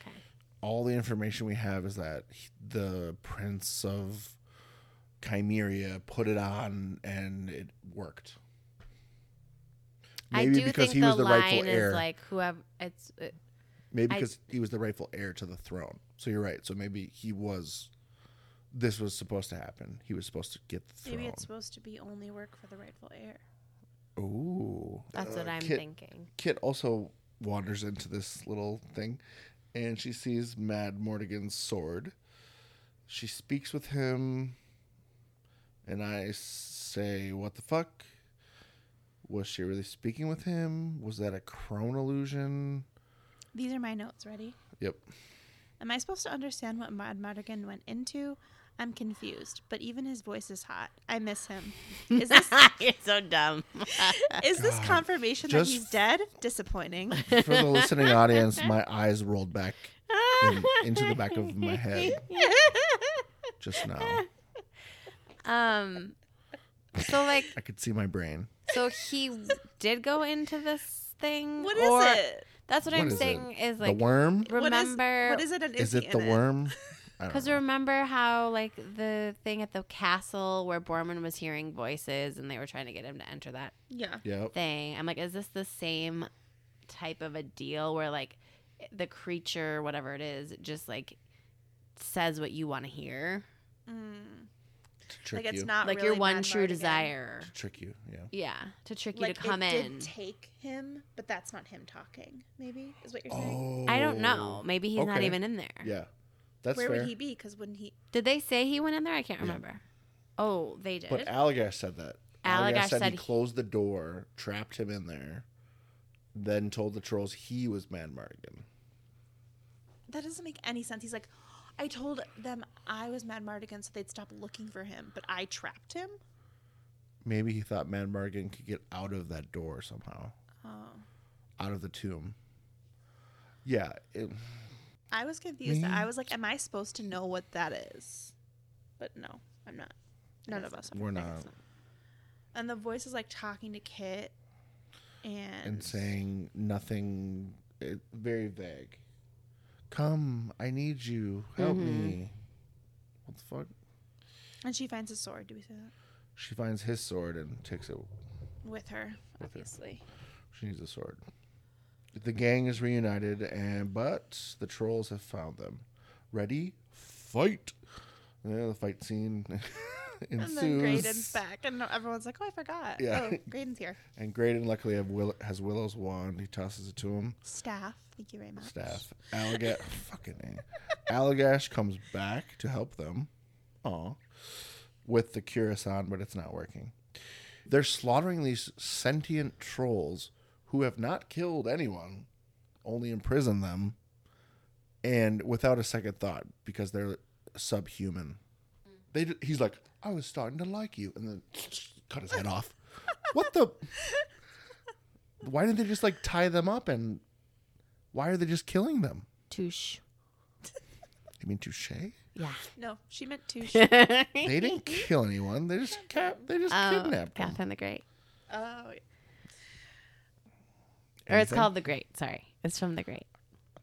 B: okay.
C: All the information we have is that he- the prince of Chimeria put it on, and it worked.
B: I do think the, line is like whoever it's uh, I-
C: Maybe because he was the rightful heir to the throne. So you're right. So maybe he was. This was supposed to happen. He was supposed to get the
A: Maybe
C: throne.
A: it's supposed to be only work for the rightful heir.
C: Ooh,
B: that's what
C: Uh,
B: I'm
C: Kit,
B: thinking.
C: Kit also wanders into this little thing, and she sees Mad Mortigan's sword. She speaks with him, and I say, "What the fuck? Was she really speaking with him? Was that a crone illusion?"
A: These are my notes. Ready?
B: (laughs)
C: Yep.
A: Am I supposed to understand what Mad Madigan went into? I'm confused, but even his voice is hot. I miss him. Is this
B: (laughs) You're so dumb.
A: (laughs) is this confirmation
C: Just-
A: that he's dead?
C: (laughs)
A: Disappointing.
C: For the listening audience, my eyes rolled back in, into the
B: (laughs)
C: back of
A: (laughs)
C: my head just now.
B: um so like
C: I could see my brain.
B: so he did go into this thing
A: What is
B: or-
A: it?
B: That's what,
C: What
B: I'm
C: is it?
B: saying is like
C: the worm?
A: What is-
B: remember
A: What is, it? and
C: Is
A: he
C: it the
A: in
C: worm?
A: (laughs)
C: I don't
B: Because
C: know.
B: remember how, like, the thing at the castle where Borman was hearing voices and they were trying to get him to enter that
A: Yeah.
C: Yep.
B: thing? I'm like, is this the same type of a deal where, like, the creature, whatever it is, just, like, says what you want to hear?
A: Mm.
C: To trick
A: Like it's
C: you.
A: not
B: like,
A: really
B: your one
A: Mad
B: true
A: Mardigan.
B: desire.
C: to trick you. Yeah.
B: Yeah, to trick you
A: Like
B: to come
A: it
B: in.
A: did take him, but that's not him talking. Maybe is what you're saying.
C: Oh.
B: I don't know. Maybe he's not
C: Okay.
B: even in there.
C: Yeah. That's
A: Where
C: fair.
A: would he be? Because wouldn't he?
B: Did they say he went in there? I can't
C: Yeah.
B: remember. Oh, they did.
C: But Allagash said that. Allagash
B: Allagash
C: said,
B: said
C: he
B: he-
C: closed the door, trapped him in there, then told the trolls he was Mad Mardigan.
A: That doesn't make any sense. He's like, I told them I was Mad Mardigan, so they'd stop looking for him, but I trapped him.
C: Maybe he thought Mad Mardigan could get out of that door somehow,
A: Oh,
C: out of the tomb. Yeah. It,
A: I was confused.
C: Me?
A: I was like, am I supposed to know what that is? But no, I'm not. None of us are.
C: we're not.
A: And the voice is like talking to Kit, and,
C: and saying nothing it, very vague come i need you help me
A: Mm-hmm.
C: what the fuck
A: and she finds his sword. Do we say that
C: she finds his sword and takes it
A: with her? Obviously.
C: she needs a sword the gang is reunited and but the trolls have found them ready fight yeah, the fight scene (laughs) ensues
A: And then Graydon's back, and everyone's like, "Oh, I forgot.
C: Yeah.
A: Oh, Graydon's here.
C: and Graydon luckily have Will- has Willow's wand. He tosses it to him.
A: Staff, thank you very much.
C: staff. Allagash, (laughs) fucking A. Allagash comes back to help them. Aw. With the Curus on, but it's not working. They're slaughtering these sentient trolls who have not killed anyone, only imprisoned them, and without a second thought because they're subhuman. They, d- he's like, I was starting to like you, and then (sniffs) cut his head off. What the? Why didn't they just like tie them up and why are they just killing them?
B: Touche.
C: You mean touche? They
B: Yeah.
A: No, she meant two.
B: (laughs)
C: didn't kill anyone. They just cap. They just
B: Um,
C: kidnapped them.
B: Catherine the Great.
A: oh,
B: Or it's
C: Anything?
B: called The Great. Sorry. It's from The Great.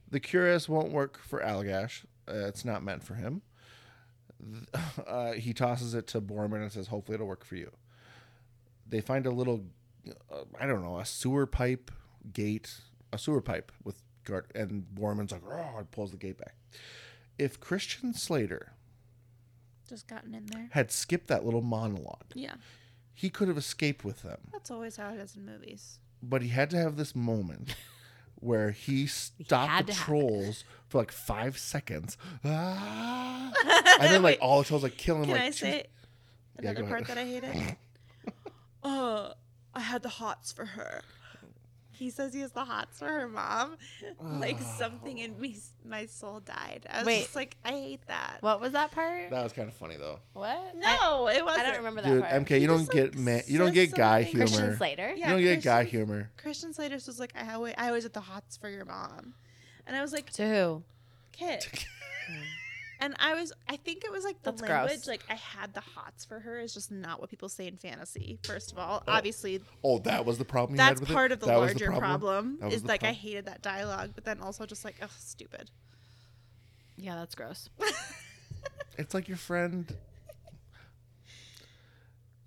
C: The Curious won't work for Allagash. Uh, it's not meant for him. Th- (laughs) Uh, he tosses it to Borman and says, "Hopefully, it'll work for you." They find a little, uh, I don't know, a sewer pipe gate, a sewer pipe with guard, and Borman's like, "Oh!" and pulls the gate back. If Christian Slater
A: just gotten in there.
C: had skipped that little monologue,
A: Yeah,
C: he could have escaped with them.
A: that's always how it is in movies. (laughs)
C: but he had to have this moment where he stopped
B: had
C: the
B: to have it.
C: trolls for like
A: (laughs)
C: five seconds. Ah! and then like all the trolls like kill him.
A: Can
C: like,
A: I
C: two-
A: say
C: Yeah,
A: another
C: go
A: part
C: ahead.
A: that I hated? oh, I had the hots for her. He says he has the hots for her mom.
C: (sighs)
A: Like
C: ah.
A: something in me, my soul died. I was
B: Wait.
A: just like, I hate that.
B: What was that part?
C: That was kind of funny though.
D: What?
A: no, it
D: I,
A: wasn't.
D: I don't remember that
C: Dude,
D: part.
C: MK, you don't
A: just,
C: get
A: like,
C: man, you don't
A: says
C: get guy
A: something.
C: humor.
A: Christian
D: Christian Slater.
A: Yeah,
C: you don't get guy
A: Christian-
C: humor.
A: Christian Slater's was like, I always, I always had the hots for your mom, and I was like,
B: To who?
A: kid.
B: Mm.
A: And I was, I think it was like the
B: That's gross.
A: language, like I had the hots for her, is just not what people say in fantasy. First of all, obviously
C: Oh, that was the problem. You
A: that's
C: had with
A: part
C: it?
A: of the
C: That was
A: larger problem,
C: That was
A: is
C: the
A: like I
C: prob-
A: hated that dialogue, but then also just like, oh, stupid.
B: Yeah, that's gross.
C: It's like your friend,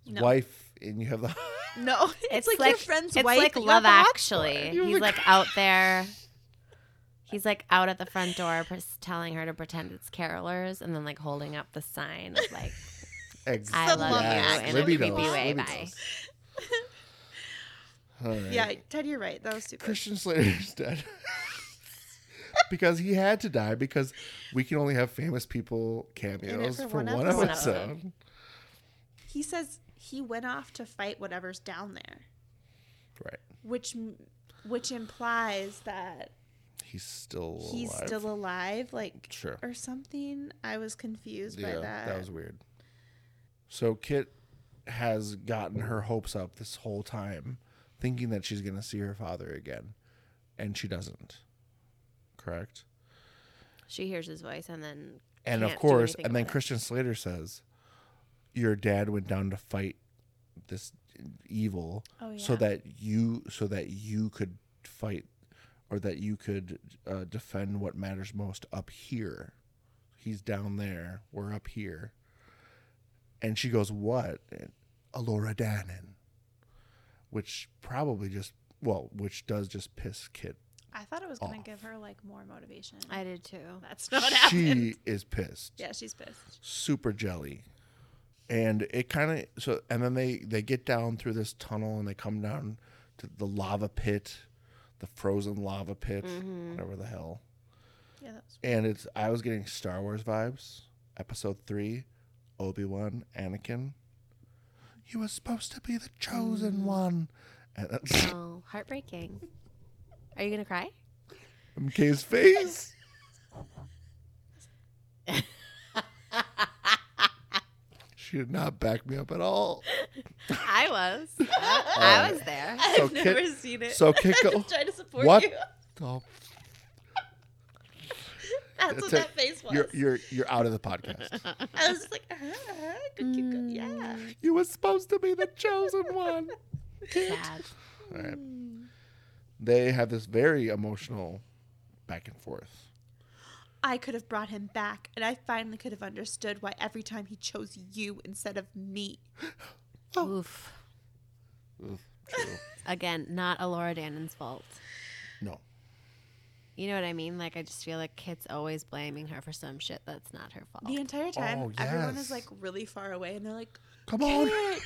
A: No.
C: wife, and you have the.
A: (laughs)
C: (laughs)
A: No, it's, like, your friend's
B: it's
A: wife.
B: like
A: that you have
B: Love
A: the hots
B: Actually.
C: You
B: He's
C: were-
B: like out
C: (laughs)
B: there. He's like out at the front door, pres- telling her to pretend it's carolers, and then like holding up the sign of like
C: exactly.
B: "I love you"
A: Yes,
B: in a
A: libidos,
B: creepy way.
C: libidos.
B: Bye.
C: All
A: for.
C: right.
A: Yeah, Ted, you're right. That was stupid.
C: Christian Slater is dead. (laughs) because he had to die because we can only have famous people cameos
A: for
C: for,
A: one
C: one,
A: episode.
B: One
C: episode.
B: episode.
A: He says he went off to fight whatever's down there,
C: Right.
A: which, m- which implies that
C: He's still
A: he's
C: alive.
A: still alive, like
C: Sure.
A: or something. I was confused
C: Yeah,
A: by that.
C: that. was weird. So Kit has gotten her hopes up this whole time, thinking that she's going to see her father again, and she doesn't. Correct?
B: (laughs) She hears his voice, and then
C: And
B: Can't
C: of
B: do
C: course,
B: anything
C: and then
B: about it.
C: Christian Slater says, "Your dad went down to fight this evil,
A: Oh,
C: so
A: yeah.
C: that you, so that you could fight, or that you could uh, defend what matters most up here. He's down there. We're up here." And she goes, "What?" And, Alora Dannon, which probably just well, which does just piss Kit.
A: I thought it was gonna
C: off.
A: give her like more motivation.
B: I did too.
A: That's not
C: she
A: happening.
C: is pissed.
A: Yeah, she's pissed.
C: super jelly and it kind of so and then they they get down through this tunnel and they come down to the lava pit the frozen lava pit
B: Mm-hmm.
C: whatever the hell
A: Yeah, that was
C: and it's i was getting star wars vibes episode 3 obi-wan anakin you were supposed to be the chosen one and (laughs) that's
B: Oh, heartbreaking. Are you gonna
C: (laughs)
B: cry?
C: mk's face she did not back me up at all
B: I was.
C: Oh.
B: I was there.
A: (laughs)
C: so (laughs)
A: I've never
C: Kit-
A: seen it.
C: so Kit
A: (laughs) I'm
C: go-
A: just trying to support
C: what
A: you.
C: the
A: (laughs) That's,
C: That's
A: what
C: it.
A: that face was.
C: You're you're you're out of the
A: (laughs)
C: podcast.
A: I was just like, uh-huh, uh-huh, good, good, good. yeah.
C: you were supposed to be the chosen
A: (laughs)
C: one.
B: Sad.
C: All right. They have this very emotional back and forth.
A: I could have brought him back, and I finally could have understood why every time he chose you instead of me. Oh.
B: Oof.
A: (laughs)
B: Again, not a Laura Dannon's fault.
C: No.
B: You know what I mean? Like I just feel like Kit's always blaming her for some shit that's not her fault.
A: The entire time,
C: Oh,
A: everyone
C: yes.
A: is like really far away, and they're like,
C: Come on. (laughs)
A: "Kit,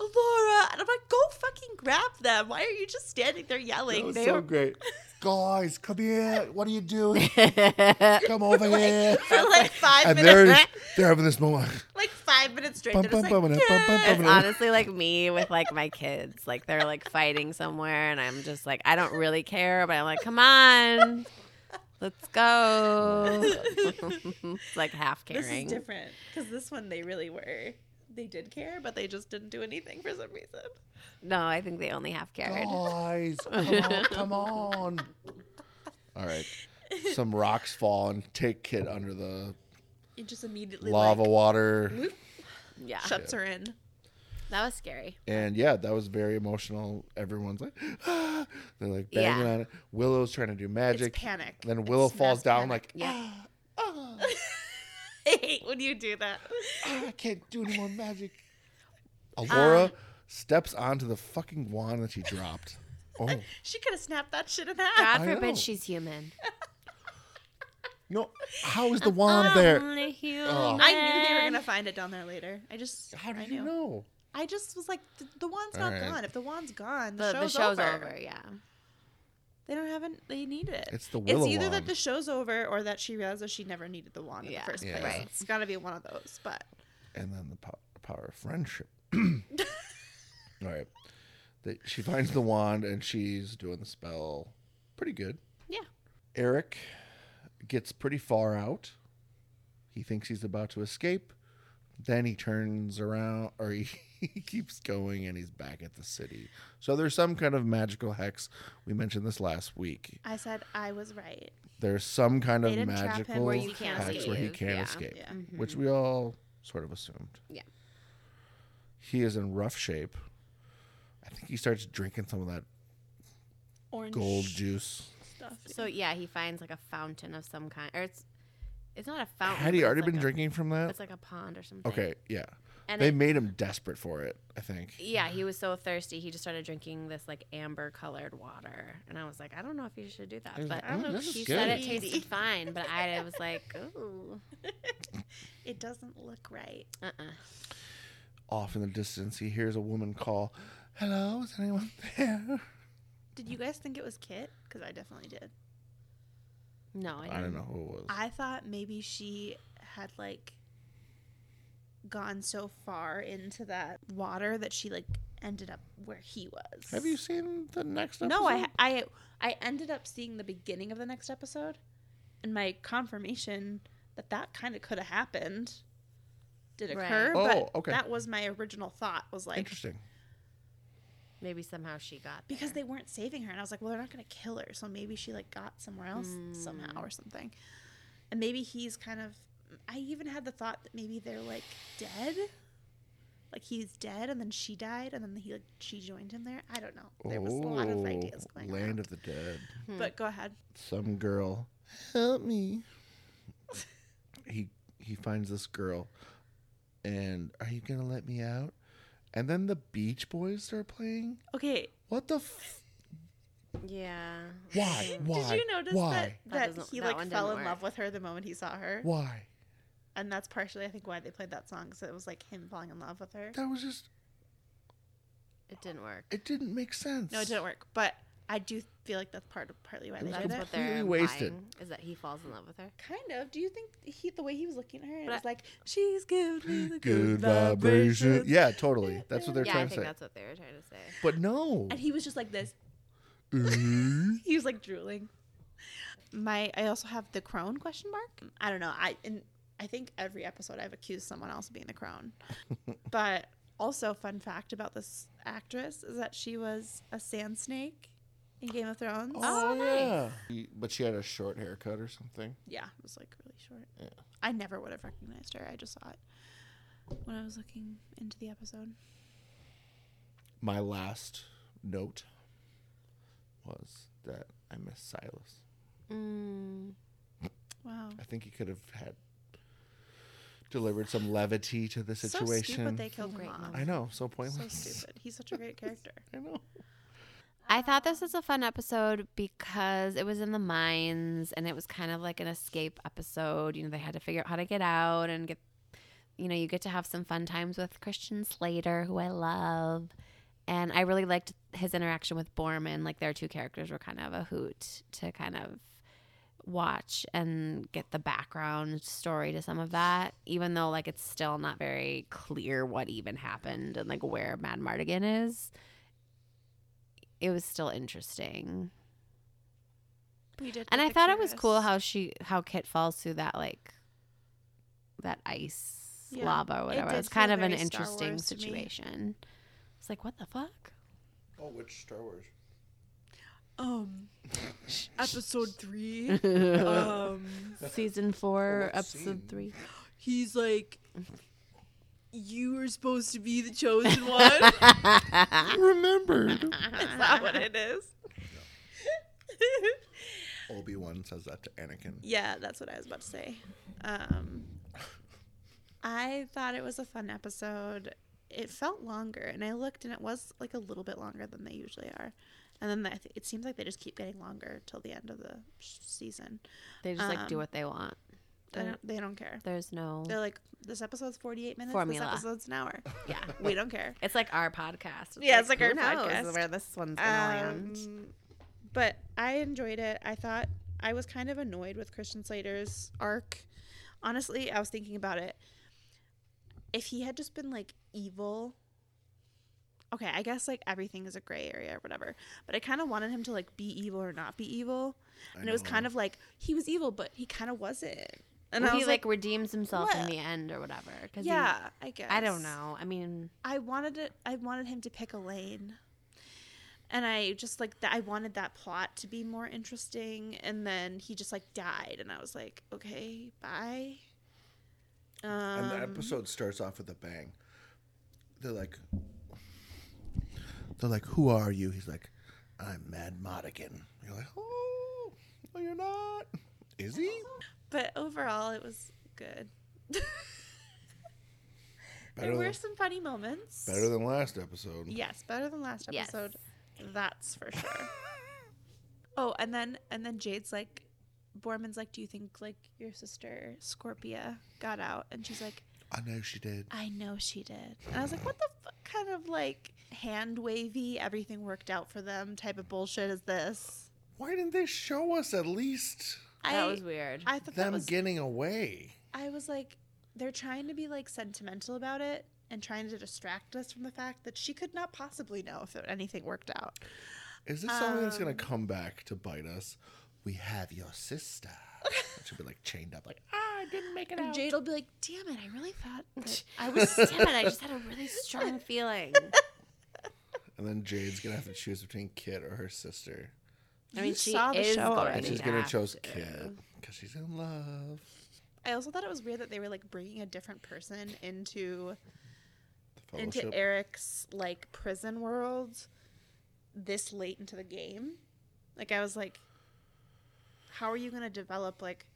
A: Laura," and I'm like, "Go fucking grab them! Why are you just standing there yelling?"
C: That was
A: they
C: so
A: were
C: great. Guys, come here. What are you
B: (laughs)
C: doing? Come over
A: (laughs)
C: here.
A: (laughs) for
C: (laughs)
A: like five (laughs)
C: And they're
A: minutes,
C: they're having this moment.
A: like five minutes straight.
C: Bum,
A: They're just
C: bum,
A: like,
C: bum, bum, bum,
A: "Kit."
B: it's honestly like me with like my kids. Like they're like fighting somewhere and I'm just like I don't really care, but I'm like, come on. Let's go. (laughs) It's like half
A: This is
B: caring.
A: different because this one they really were. They did care, but they just didn't do anything for some reason.
B: No, I think they only half cared.
A: Oh. (laughs)
C: Guys, come on, come on.
A: (laughs)
C: All right. Some rocks fall and take Kit under the
A: It just immediately
C: lava
A: like,
C: water.
B: Yeah.
A: shuts her in.
B: That was scary.
C: And yeah, that was very emotional. Everyone's like, (gasps) ah. they're like banging
B: Yeah.
C: on it. Willow's trying to do magic.
A: It's panic.
C: Then Willow
A: It's
C: falls
A: mass
C: down
A: panic.
C: like,
B: Yeah.
A: (laughs) I hate when you do that.
C: "Ah, I can't do any
A: (laughs)
C: more magic.
A: Um.
C: Alora steps onto the fucking wand that she dropped.
A: (laughs)
C: Oh
A: She could have snapped that shit in half.
B: God
C: I know.
B: forbid she's human.
C: no! How is the
A: Um.
C: wand there?
B: Only
C: Oh.
B: human.
A: I knew they were gonna find it down there later. I just,
C: How do
A: I
C: you
A: knew.
C: know?
A: I just was like, the, the wand's not
C: Alright.
A: gone. If the wand's gone, the,
B: The,
A: show's, over.
B: yeah.
A: They don't have an. They need it.
C: It's the
A: It's
C: willow.
A: either that the show's over or that she realizes she never needed the wand in
B: Yeah,
A: the first
C: Yeah.
A: place.
C: right.
A: It's got to be one of those. But
C: and then the po- power of friendship. (clears throat) All right. They, she finds the wand and she's doing the spell pretty good.
B: Yeah.
C: Eric gets pretty far out. He thinks he's about to escape. Then he turns around or he, (laughs) he keeps going and he's back at the city. So there's some kind of magical hex. We mentioned this last week.
A: I said I was right.
C: There's some kind
A: They
C: of
A: didn't trap
C: magical
A: him where
B: you can't
C: hex where he
B: escape.
C: can't
B: Yeah.
C: escape
A: Yeah. Mm-hmm.
C: which we all sort of assumed.
B: Yeah.
C: He is in rough shape. I think he starts drinking some of that
A: Orange
C: gold juice.
A: stuff.
B: So yeah, he finds like a fountain of some kind, or it's it's not a
A: Oh,
B: fountain.
C: Had he
B: but it's
C: already
B: like
C: been
B: a-
C: drinking from that?
B: It's like a pond or something.
C: Okay, yeah.
B: And
C: they
B: it-
C: made him desperate for it, I think.
B: yeah, he was so thirsty, he just started drinking this like amber colored water, and I was like, I don't know if you should do that,
C: I was
B: but
C: like, I don't know, this is
B: she said
C: good.
B: it
C: (laughs)
B: tasted fine, but I was like, ooh,
A: It doesn't look right.
B: uh, uh
C: Off in the distance, he hears a woman call, Hello, is anyone there?
A: Did you guys think it was Kit? Because I definitely did.
B: no, I,
C: I don't know who it was.
A: I thought maybe she had like gone so far into that water that she like ended up where he was.
C: Have you seen the next episode?
A: No, I ha- I I ended up seeing the beginning of the next episode, and my confirmation that that kind of could have happened did
B: Right.
A: occur.
C: Oh,
A: but
C: okay.
A: That was my original thought. Was like
C: Interesting.
B: Maybe somehow she got
A: because
B: there.
A: they weren't saving her, and I was like, well, they're not gonna kill her, so maybe she like got somewhere else somehow
B: Hmm.
A: or something, and maybe he's kind of. I even had the thought that maybe they're like dead. Like he's dead, and then she died, and then he like she joined him there. I don't know. There was a lot of
C: Oh,
A: ideas going
C: Land
A: around.
C: of the Dead.
B: Hmm.
A: But go ahead.
C: some girl help me he he finds this girl and are you gonna let me out and then the beach boys start playing
A: Okay,
C: what the f-
B: yeah,
C: why why
A: Did you notice
C: why
B: That
A: that, that,
B: doesn't-
A: he
B: that
A: like
B: one
A: fell
B: didn't
A: in love
B: work.
A: with her the moment he saw her?
C: why
A: And that's partially, I think, why they played that song because it was like him falling in love with her.
C: that was just
B: it didn't work.
C: it didn't make sense
A: No, it didn't work, but I do feel like that's part partly why
C: It
A: they
C: was
A: did
B: That's
A: it.
B: what they're
C: Completely wasted.
B: implying, is that he falls in love with her.
A: Kind of. Do you think he the way he was looking at her, it
B: But
A: was
B: I-
A: like she's giving me the
C: good vibration yeah totally that's what they're
B: yeah, I
C: trying to
B: think
C: say
B: that's what they were trying to say.
C: but no
A: And he was just like this. (laughs)
C: Mm.
A: He was like drooling. My, I also have the crone question mark. I don't know. I in I think every episode I've accused someone else of being the
C: (laughs)
A: crone. but also, fun fact about this actress is that she was a sand snake in Game of Thrones.
C: oh yeah He- but she had a short haircut or something
A: Yeah, it was like really short.
C: Yeah.
A: I never would have recognized her. I just saw it when I was looking into the episode.
C: my last note was that i miss silas
B: Mm.
A: Wow.
C: I think he could have had delivered some levity to the
A: So
C: situation.
A: stupid they killed him
B: great
A: off.
B: moment.
C: I know, so
A: So
C: pointless.
A: stupid. He's such a great character.
C: I know.
B: I thought this was a fun episode because it was in the mines and it was kind of like an escape episode. You know, they had to figure out how to get out and get, you know, you get to have some fun times with Christian Slater, who I love. And I really liked his interaction with Borman. Like their two characters were kind of a hoot to kind of watch and get the background story to some of that, even though like it's still not very clear what even happened and like where Mad Mardigan is. It was still interesting.
A: (laughs) We did
B: And
A: get
B: I
A: the
B: thought it was
A: Curious. (laughs)
B: cool how she how Kit falls through that like that ice
A: Yeah.
B: lava or
A: It
B: whatever.
A: did
B: It's kind
A: feel
B: of an
A: very Star
B: interesting
A: Wars to me.
B: situation. It's like what the fuck?
C: Oh, which Star Wars?
A: um episode three. um,
B: Season four,
C: what
B: episode
C: scene?
B: three.
A: he's like, you were supposed to be the chosen one. That's Ah.
C: I
A: (laughs)
C: remembered.
A: not what it is.
C: Obi Wan says that to Anakin.
A: (laughs) yeah, that's what I was about to say. Um, I thought it was a fun episode. It felt longer, and I looked, and it was like a little bit longer than they usually are. And then I th- it seems like they just keep getting longer till the end of the sh- season.
B: They just like do
A: Um,
B: what they want.
A: They
B: They're-
A: don't, they don't care.
B: There's no
A: They're like, this episode's 48 minutes,
B: Formula.
A: this episode's an hour.
B: yeah.
A: We don't care.
B: It's like our podcast.
A: Yeah, it's like our
B: who knows
A: podcast.
B: where this one's gonna land.
A: Um, But I enjoyed it. I thought I was kind of annoyed with Christian Slater's arc. Honestly, I was thinking about it. If he had just been like evil, okay, I guess like everything is a gray area or whatever. But I kind of wanted him to like be evil or not be evil,
C: I
A: and it was
C: know.
A: kind of like he was evil, but he kind of wasn't. And
B: Well,
A: I
B: he
A: was
B: like,
A: like,
B: redeems himself in
A: "What?"
B: the end or whatever. 'cause he-
A: yeah, I guess
B: I don't know. I mean,
A: I wanted it. I wanted him to pick a lane, and I just like that. I wanted that plot to be more interesting, and then he just like died, and I was like, okay, bye. Um,
C: and the episode starts off with a bang. They're like, they're like, who are you? He's like, I'm Mad Modigan. You're like, oh, no, you're not. Is he?
A: but overall, it was good.
C: Better
A: there were
C: than,
A: some funny moments.
C: better than last episode.
A: yes, better than last
B: Yes.
A: episode. That's for
C: (laughs)
A: sure. oh, and then and then Jade's like, Borman's like, do you think like your sister Scorpia got out? And she's like.
C: I know she did.
A: I know she did. And I was like, what the fuck kind of like hand wavy, everything worked out for them type of bullshit is this?
C: Why didn't they show us at least
A: I,
B: that was weird.
A: I thought that
C: them
A: was,
C: getting away?
A: I was like, they're trying to be like sentimental about it and trying to distract us from the fact that she could not possibly know if anything worked out.
C: Is this something that's gonna
A: Um,
C: come back to bite us? We have your sister. She'll be like chained up, like ah, I didn't make it
A: And
C: out.
A: Jade will be like, damn it, I really
B: (laughs)
A: thought that
B: I was damn it. I just had a (laughs) really strong feeling.
C: And then Jade's gonna have to choose between Kit or her sister.
B: I
A: You
B: mean, she
A: saw the
B: is
A: show
B: going
A: already.
C: And
A: Right
C: she's gonna choose
B: after.
C: Kit because she's in love.
A: I also thought it was weird that they were like bringing a different person into
C: The
A: into
C: fellowship.
A: Eric's like prison world this late into the game. Like I was like, how are you gonna develop like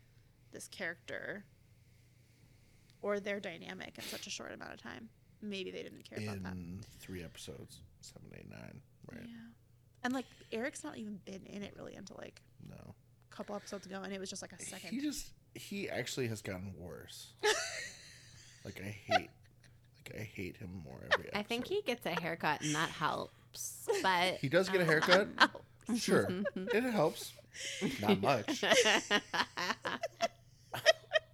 A: this character or their dynamic in such a short amount of time? Maybe they didn't care about that.
C: in three episodes, seven, eight, nine. Right?
A: Yeah. And like Eric's not even been in it really until like
C: No,
A: a couple episodes ago and it was just like a
C: he
A: second.
C: just he actually has gotten
A: (laughs)
C: worse. like I hate, like I hate him more every. Episode.
B: I think he gets a haircut and that helps.
A: (laughs)
B: But
C: he does
A: Um,
C: get a haircut. Sure,
B: (laughs)
A: (laughs)
C: it helps. Not much.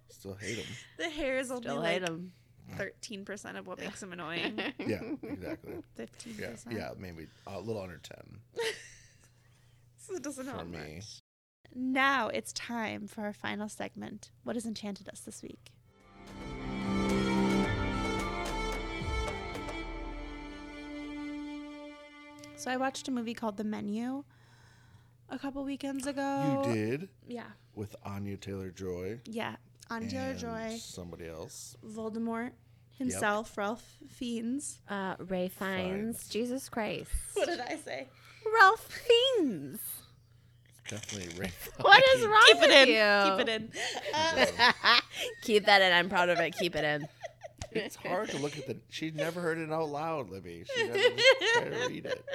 C: Still hate him.
A: The hair is only
B: Still
A: like
B: hate him.
A: thirteen percent of what makes him annoying.
B: (laughs)
C: Yeah,
A: (laughs)
C: exactly.
A: Fifteen
C: Yeah,
A: percent.
C: yeah, maybe a little under ten.
A: So (laughs) it doesn't
C: For
A: help
C: me.
A: much. Now it's time for our final segment. What has enchanted us this week? So I watched a movie called The Menu a couple weekends ago.
C: You did
A: Yeah,
C: with Anya Taylor Joy.
A: yeah. On Taylor Joy,
C: Somebody else.
A: Voldemort himself, Ralph Fiennes.
B: Uh, Ray Fiennes.
C: Fiennes.
B: Jesus Christ.
A: What did I say?
B: (laughs) Ralph
A: (laughs)
B: Fiennes.
C: Definitely Rafe.
B: What is wrong
A: Keep
B: with
A: it in.
B: you?
A: Keep it in.
B: (laughs) Keep that in. I'm proud of it. Keep it in.
C: It's hard to look at the. She never heard it out loud, Libby. She
A: (laughs)
C: never just tried to read it.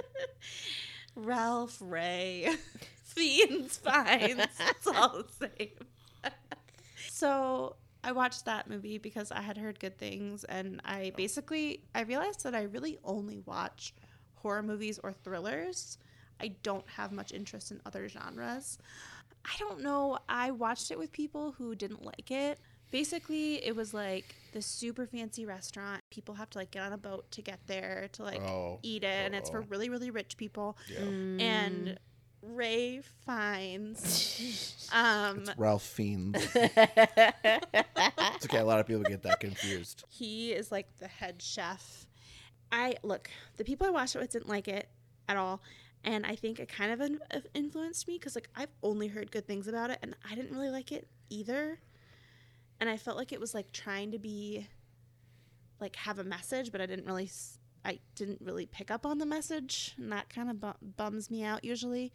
A: Ralph Ray. (laughs) Fiends, fines. It's all the same. (laughs) so I watched that movie because I had heard good things and I basically I realized that I really only watch horror movies or thrillers. I don't have much interest in other genres. I don't know. I watched it with people who didn't like it. Basically, it was like this super fancy restaurant. People have to like get on a boat to get there to like
C: Oh,
A: eat it, and it's for
C: oh.
A: really, really rich people.
C: Yeah.
B: Mm.
A: (laughs)
B: (laughs)
A: And Ray finds um
C: It's Ralph Fiennes. it's okay. A lot of people get that confused.
A: he is like the head chef. I look, the people I watched it with didn't like it at all. And I think it kind of in- of influenced me because, like, I've only heard good things about it and I didn't really like it either. And I felt like it was like trying to be, like, have a message, but I didn't really, s- I didn't really pick up on the message. And that kind of bu- bums me out usually.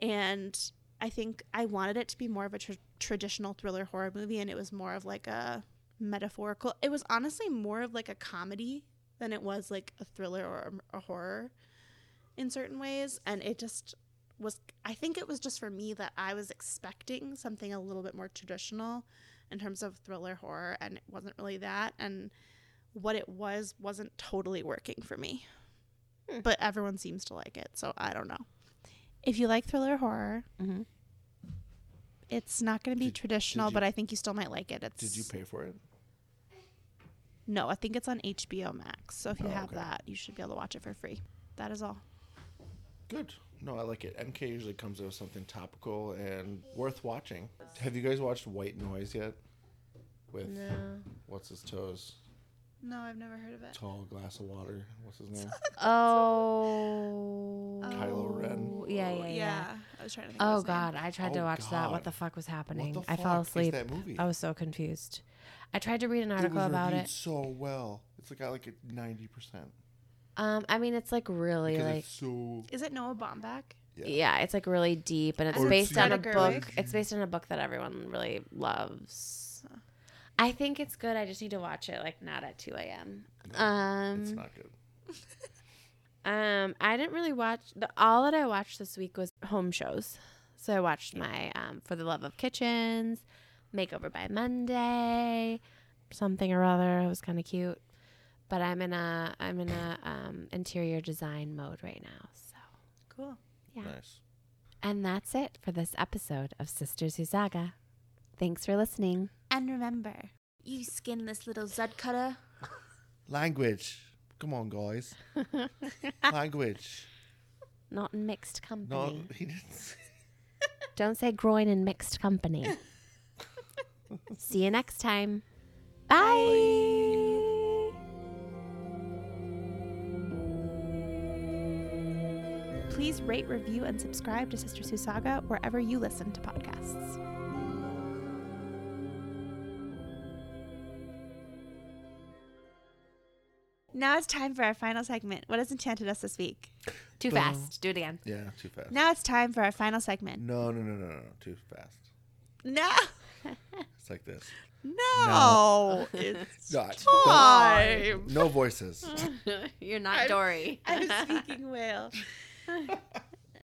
A: And I think I wanted it to be more of a tr traditional thriller horror movie and it was more of like a, metaphorical. It was honestly more of like a comedy than it was like a thriller or a, a horror in certain ways. And it just was, I think it was just for me that I was expecting something a little bit more traditional in terms of thriller horror, and it wasn't really that. And what it was wasn't totally working for me.
B: Hmm.
A: But everyone seems to like it, so I don't know. If you like thriller horror,
B: Mm-hmm.
A: it's not going to be
C: Did-
A: traditional,
C: did you-
A: but I think you still might like it. It's
C: Did you pay for it?
A: No, I think it's on HBO Max. So if you
C: Oh,
A: have
C: okay.
A: that, you should be able to watch it for free. That is all.
C: Good. No, I like it. MK usually comes up with something topical and worth watching. Have you guys watched White Noise yet? With what's his toes?
A: No, I've never heard of it.
C: Tall glass of water. What's his name?
B: Oh.
C: Kylo Ren.
B: Yeah, yeah, yeah.
A: I was trying to think.
B: Oh God, I tried to
C: Oh,
B: watch that. What
C: God.
B: the fuck was happening?
C: What the
B: I fell
C: fuck is
B: asleep.
C: that movie?
B: I was so confused. (laughs) I tried to read an
C: It
B: article
C: was
B: about
C: reviewed
B: it.
C: so well. It's like got like a ninety percent.
B: Um, I mean, it's like really
C: Because
B: like
C: it's so
A: Is it Noah Baumbach?
C: yeah.
B: yeah. it's like really deep, and it's
A: Or
B: based on a
A: Edgar
B: book.
A: Wright.
B: It's based on a book that everyone really loves. I think it's good. I just need to watch it like not at two a.m. Um,
C: it's not good.
B: Um, I didn't really watch the all that I watched this week was home shows. So I watched my um, For the Love of Kitchens, Makeover by Monday, something or other. It was kind of cute, but I'm in a I'm in a um, interior design mode right now. So
A: Cool.
B: Yeah.
C: Nice.
B: and that's it for this episode of Sisters Who Saga. Thanks for listening.
A: And remember, you skinless little Zud cutter.
C: Language. Come
B: (laughs)
C: on, guys. Language.
B: Not in mixed
C: No,
B: company.
C: he didn't. Say. (laughs)
B: (laughs) Don't say groin in mixed company. See you next time. Bye.
A: Please rate, review, and subscribe to Sister Sue Saga wherever you listen to podcasts. Now it's time for our final segment. What has enchanted us this week?
B: Too fast. Do it again. (laughs)
C: Yeah, too fast.
A: Now it's time for our final segment.
C: No, no, no, no, no, too fast.
A: No,
C: It's like this.
A: no, (laughs) it's
C: No, I-
A: time.
C: no voices.
B: You're not Dory.
A: I'm speaking whale.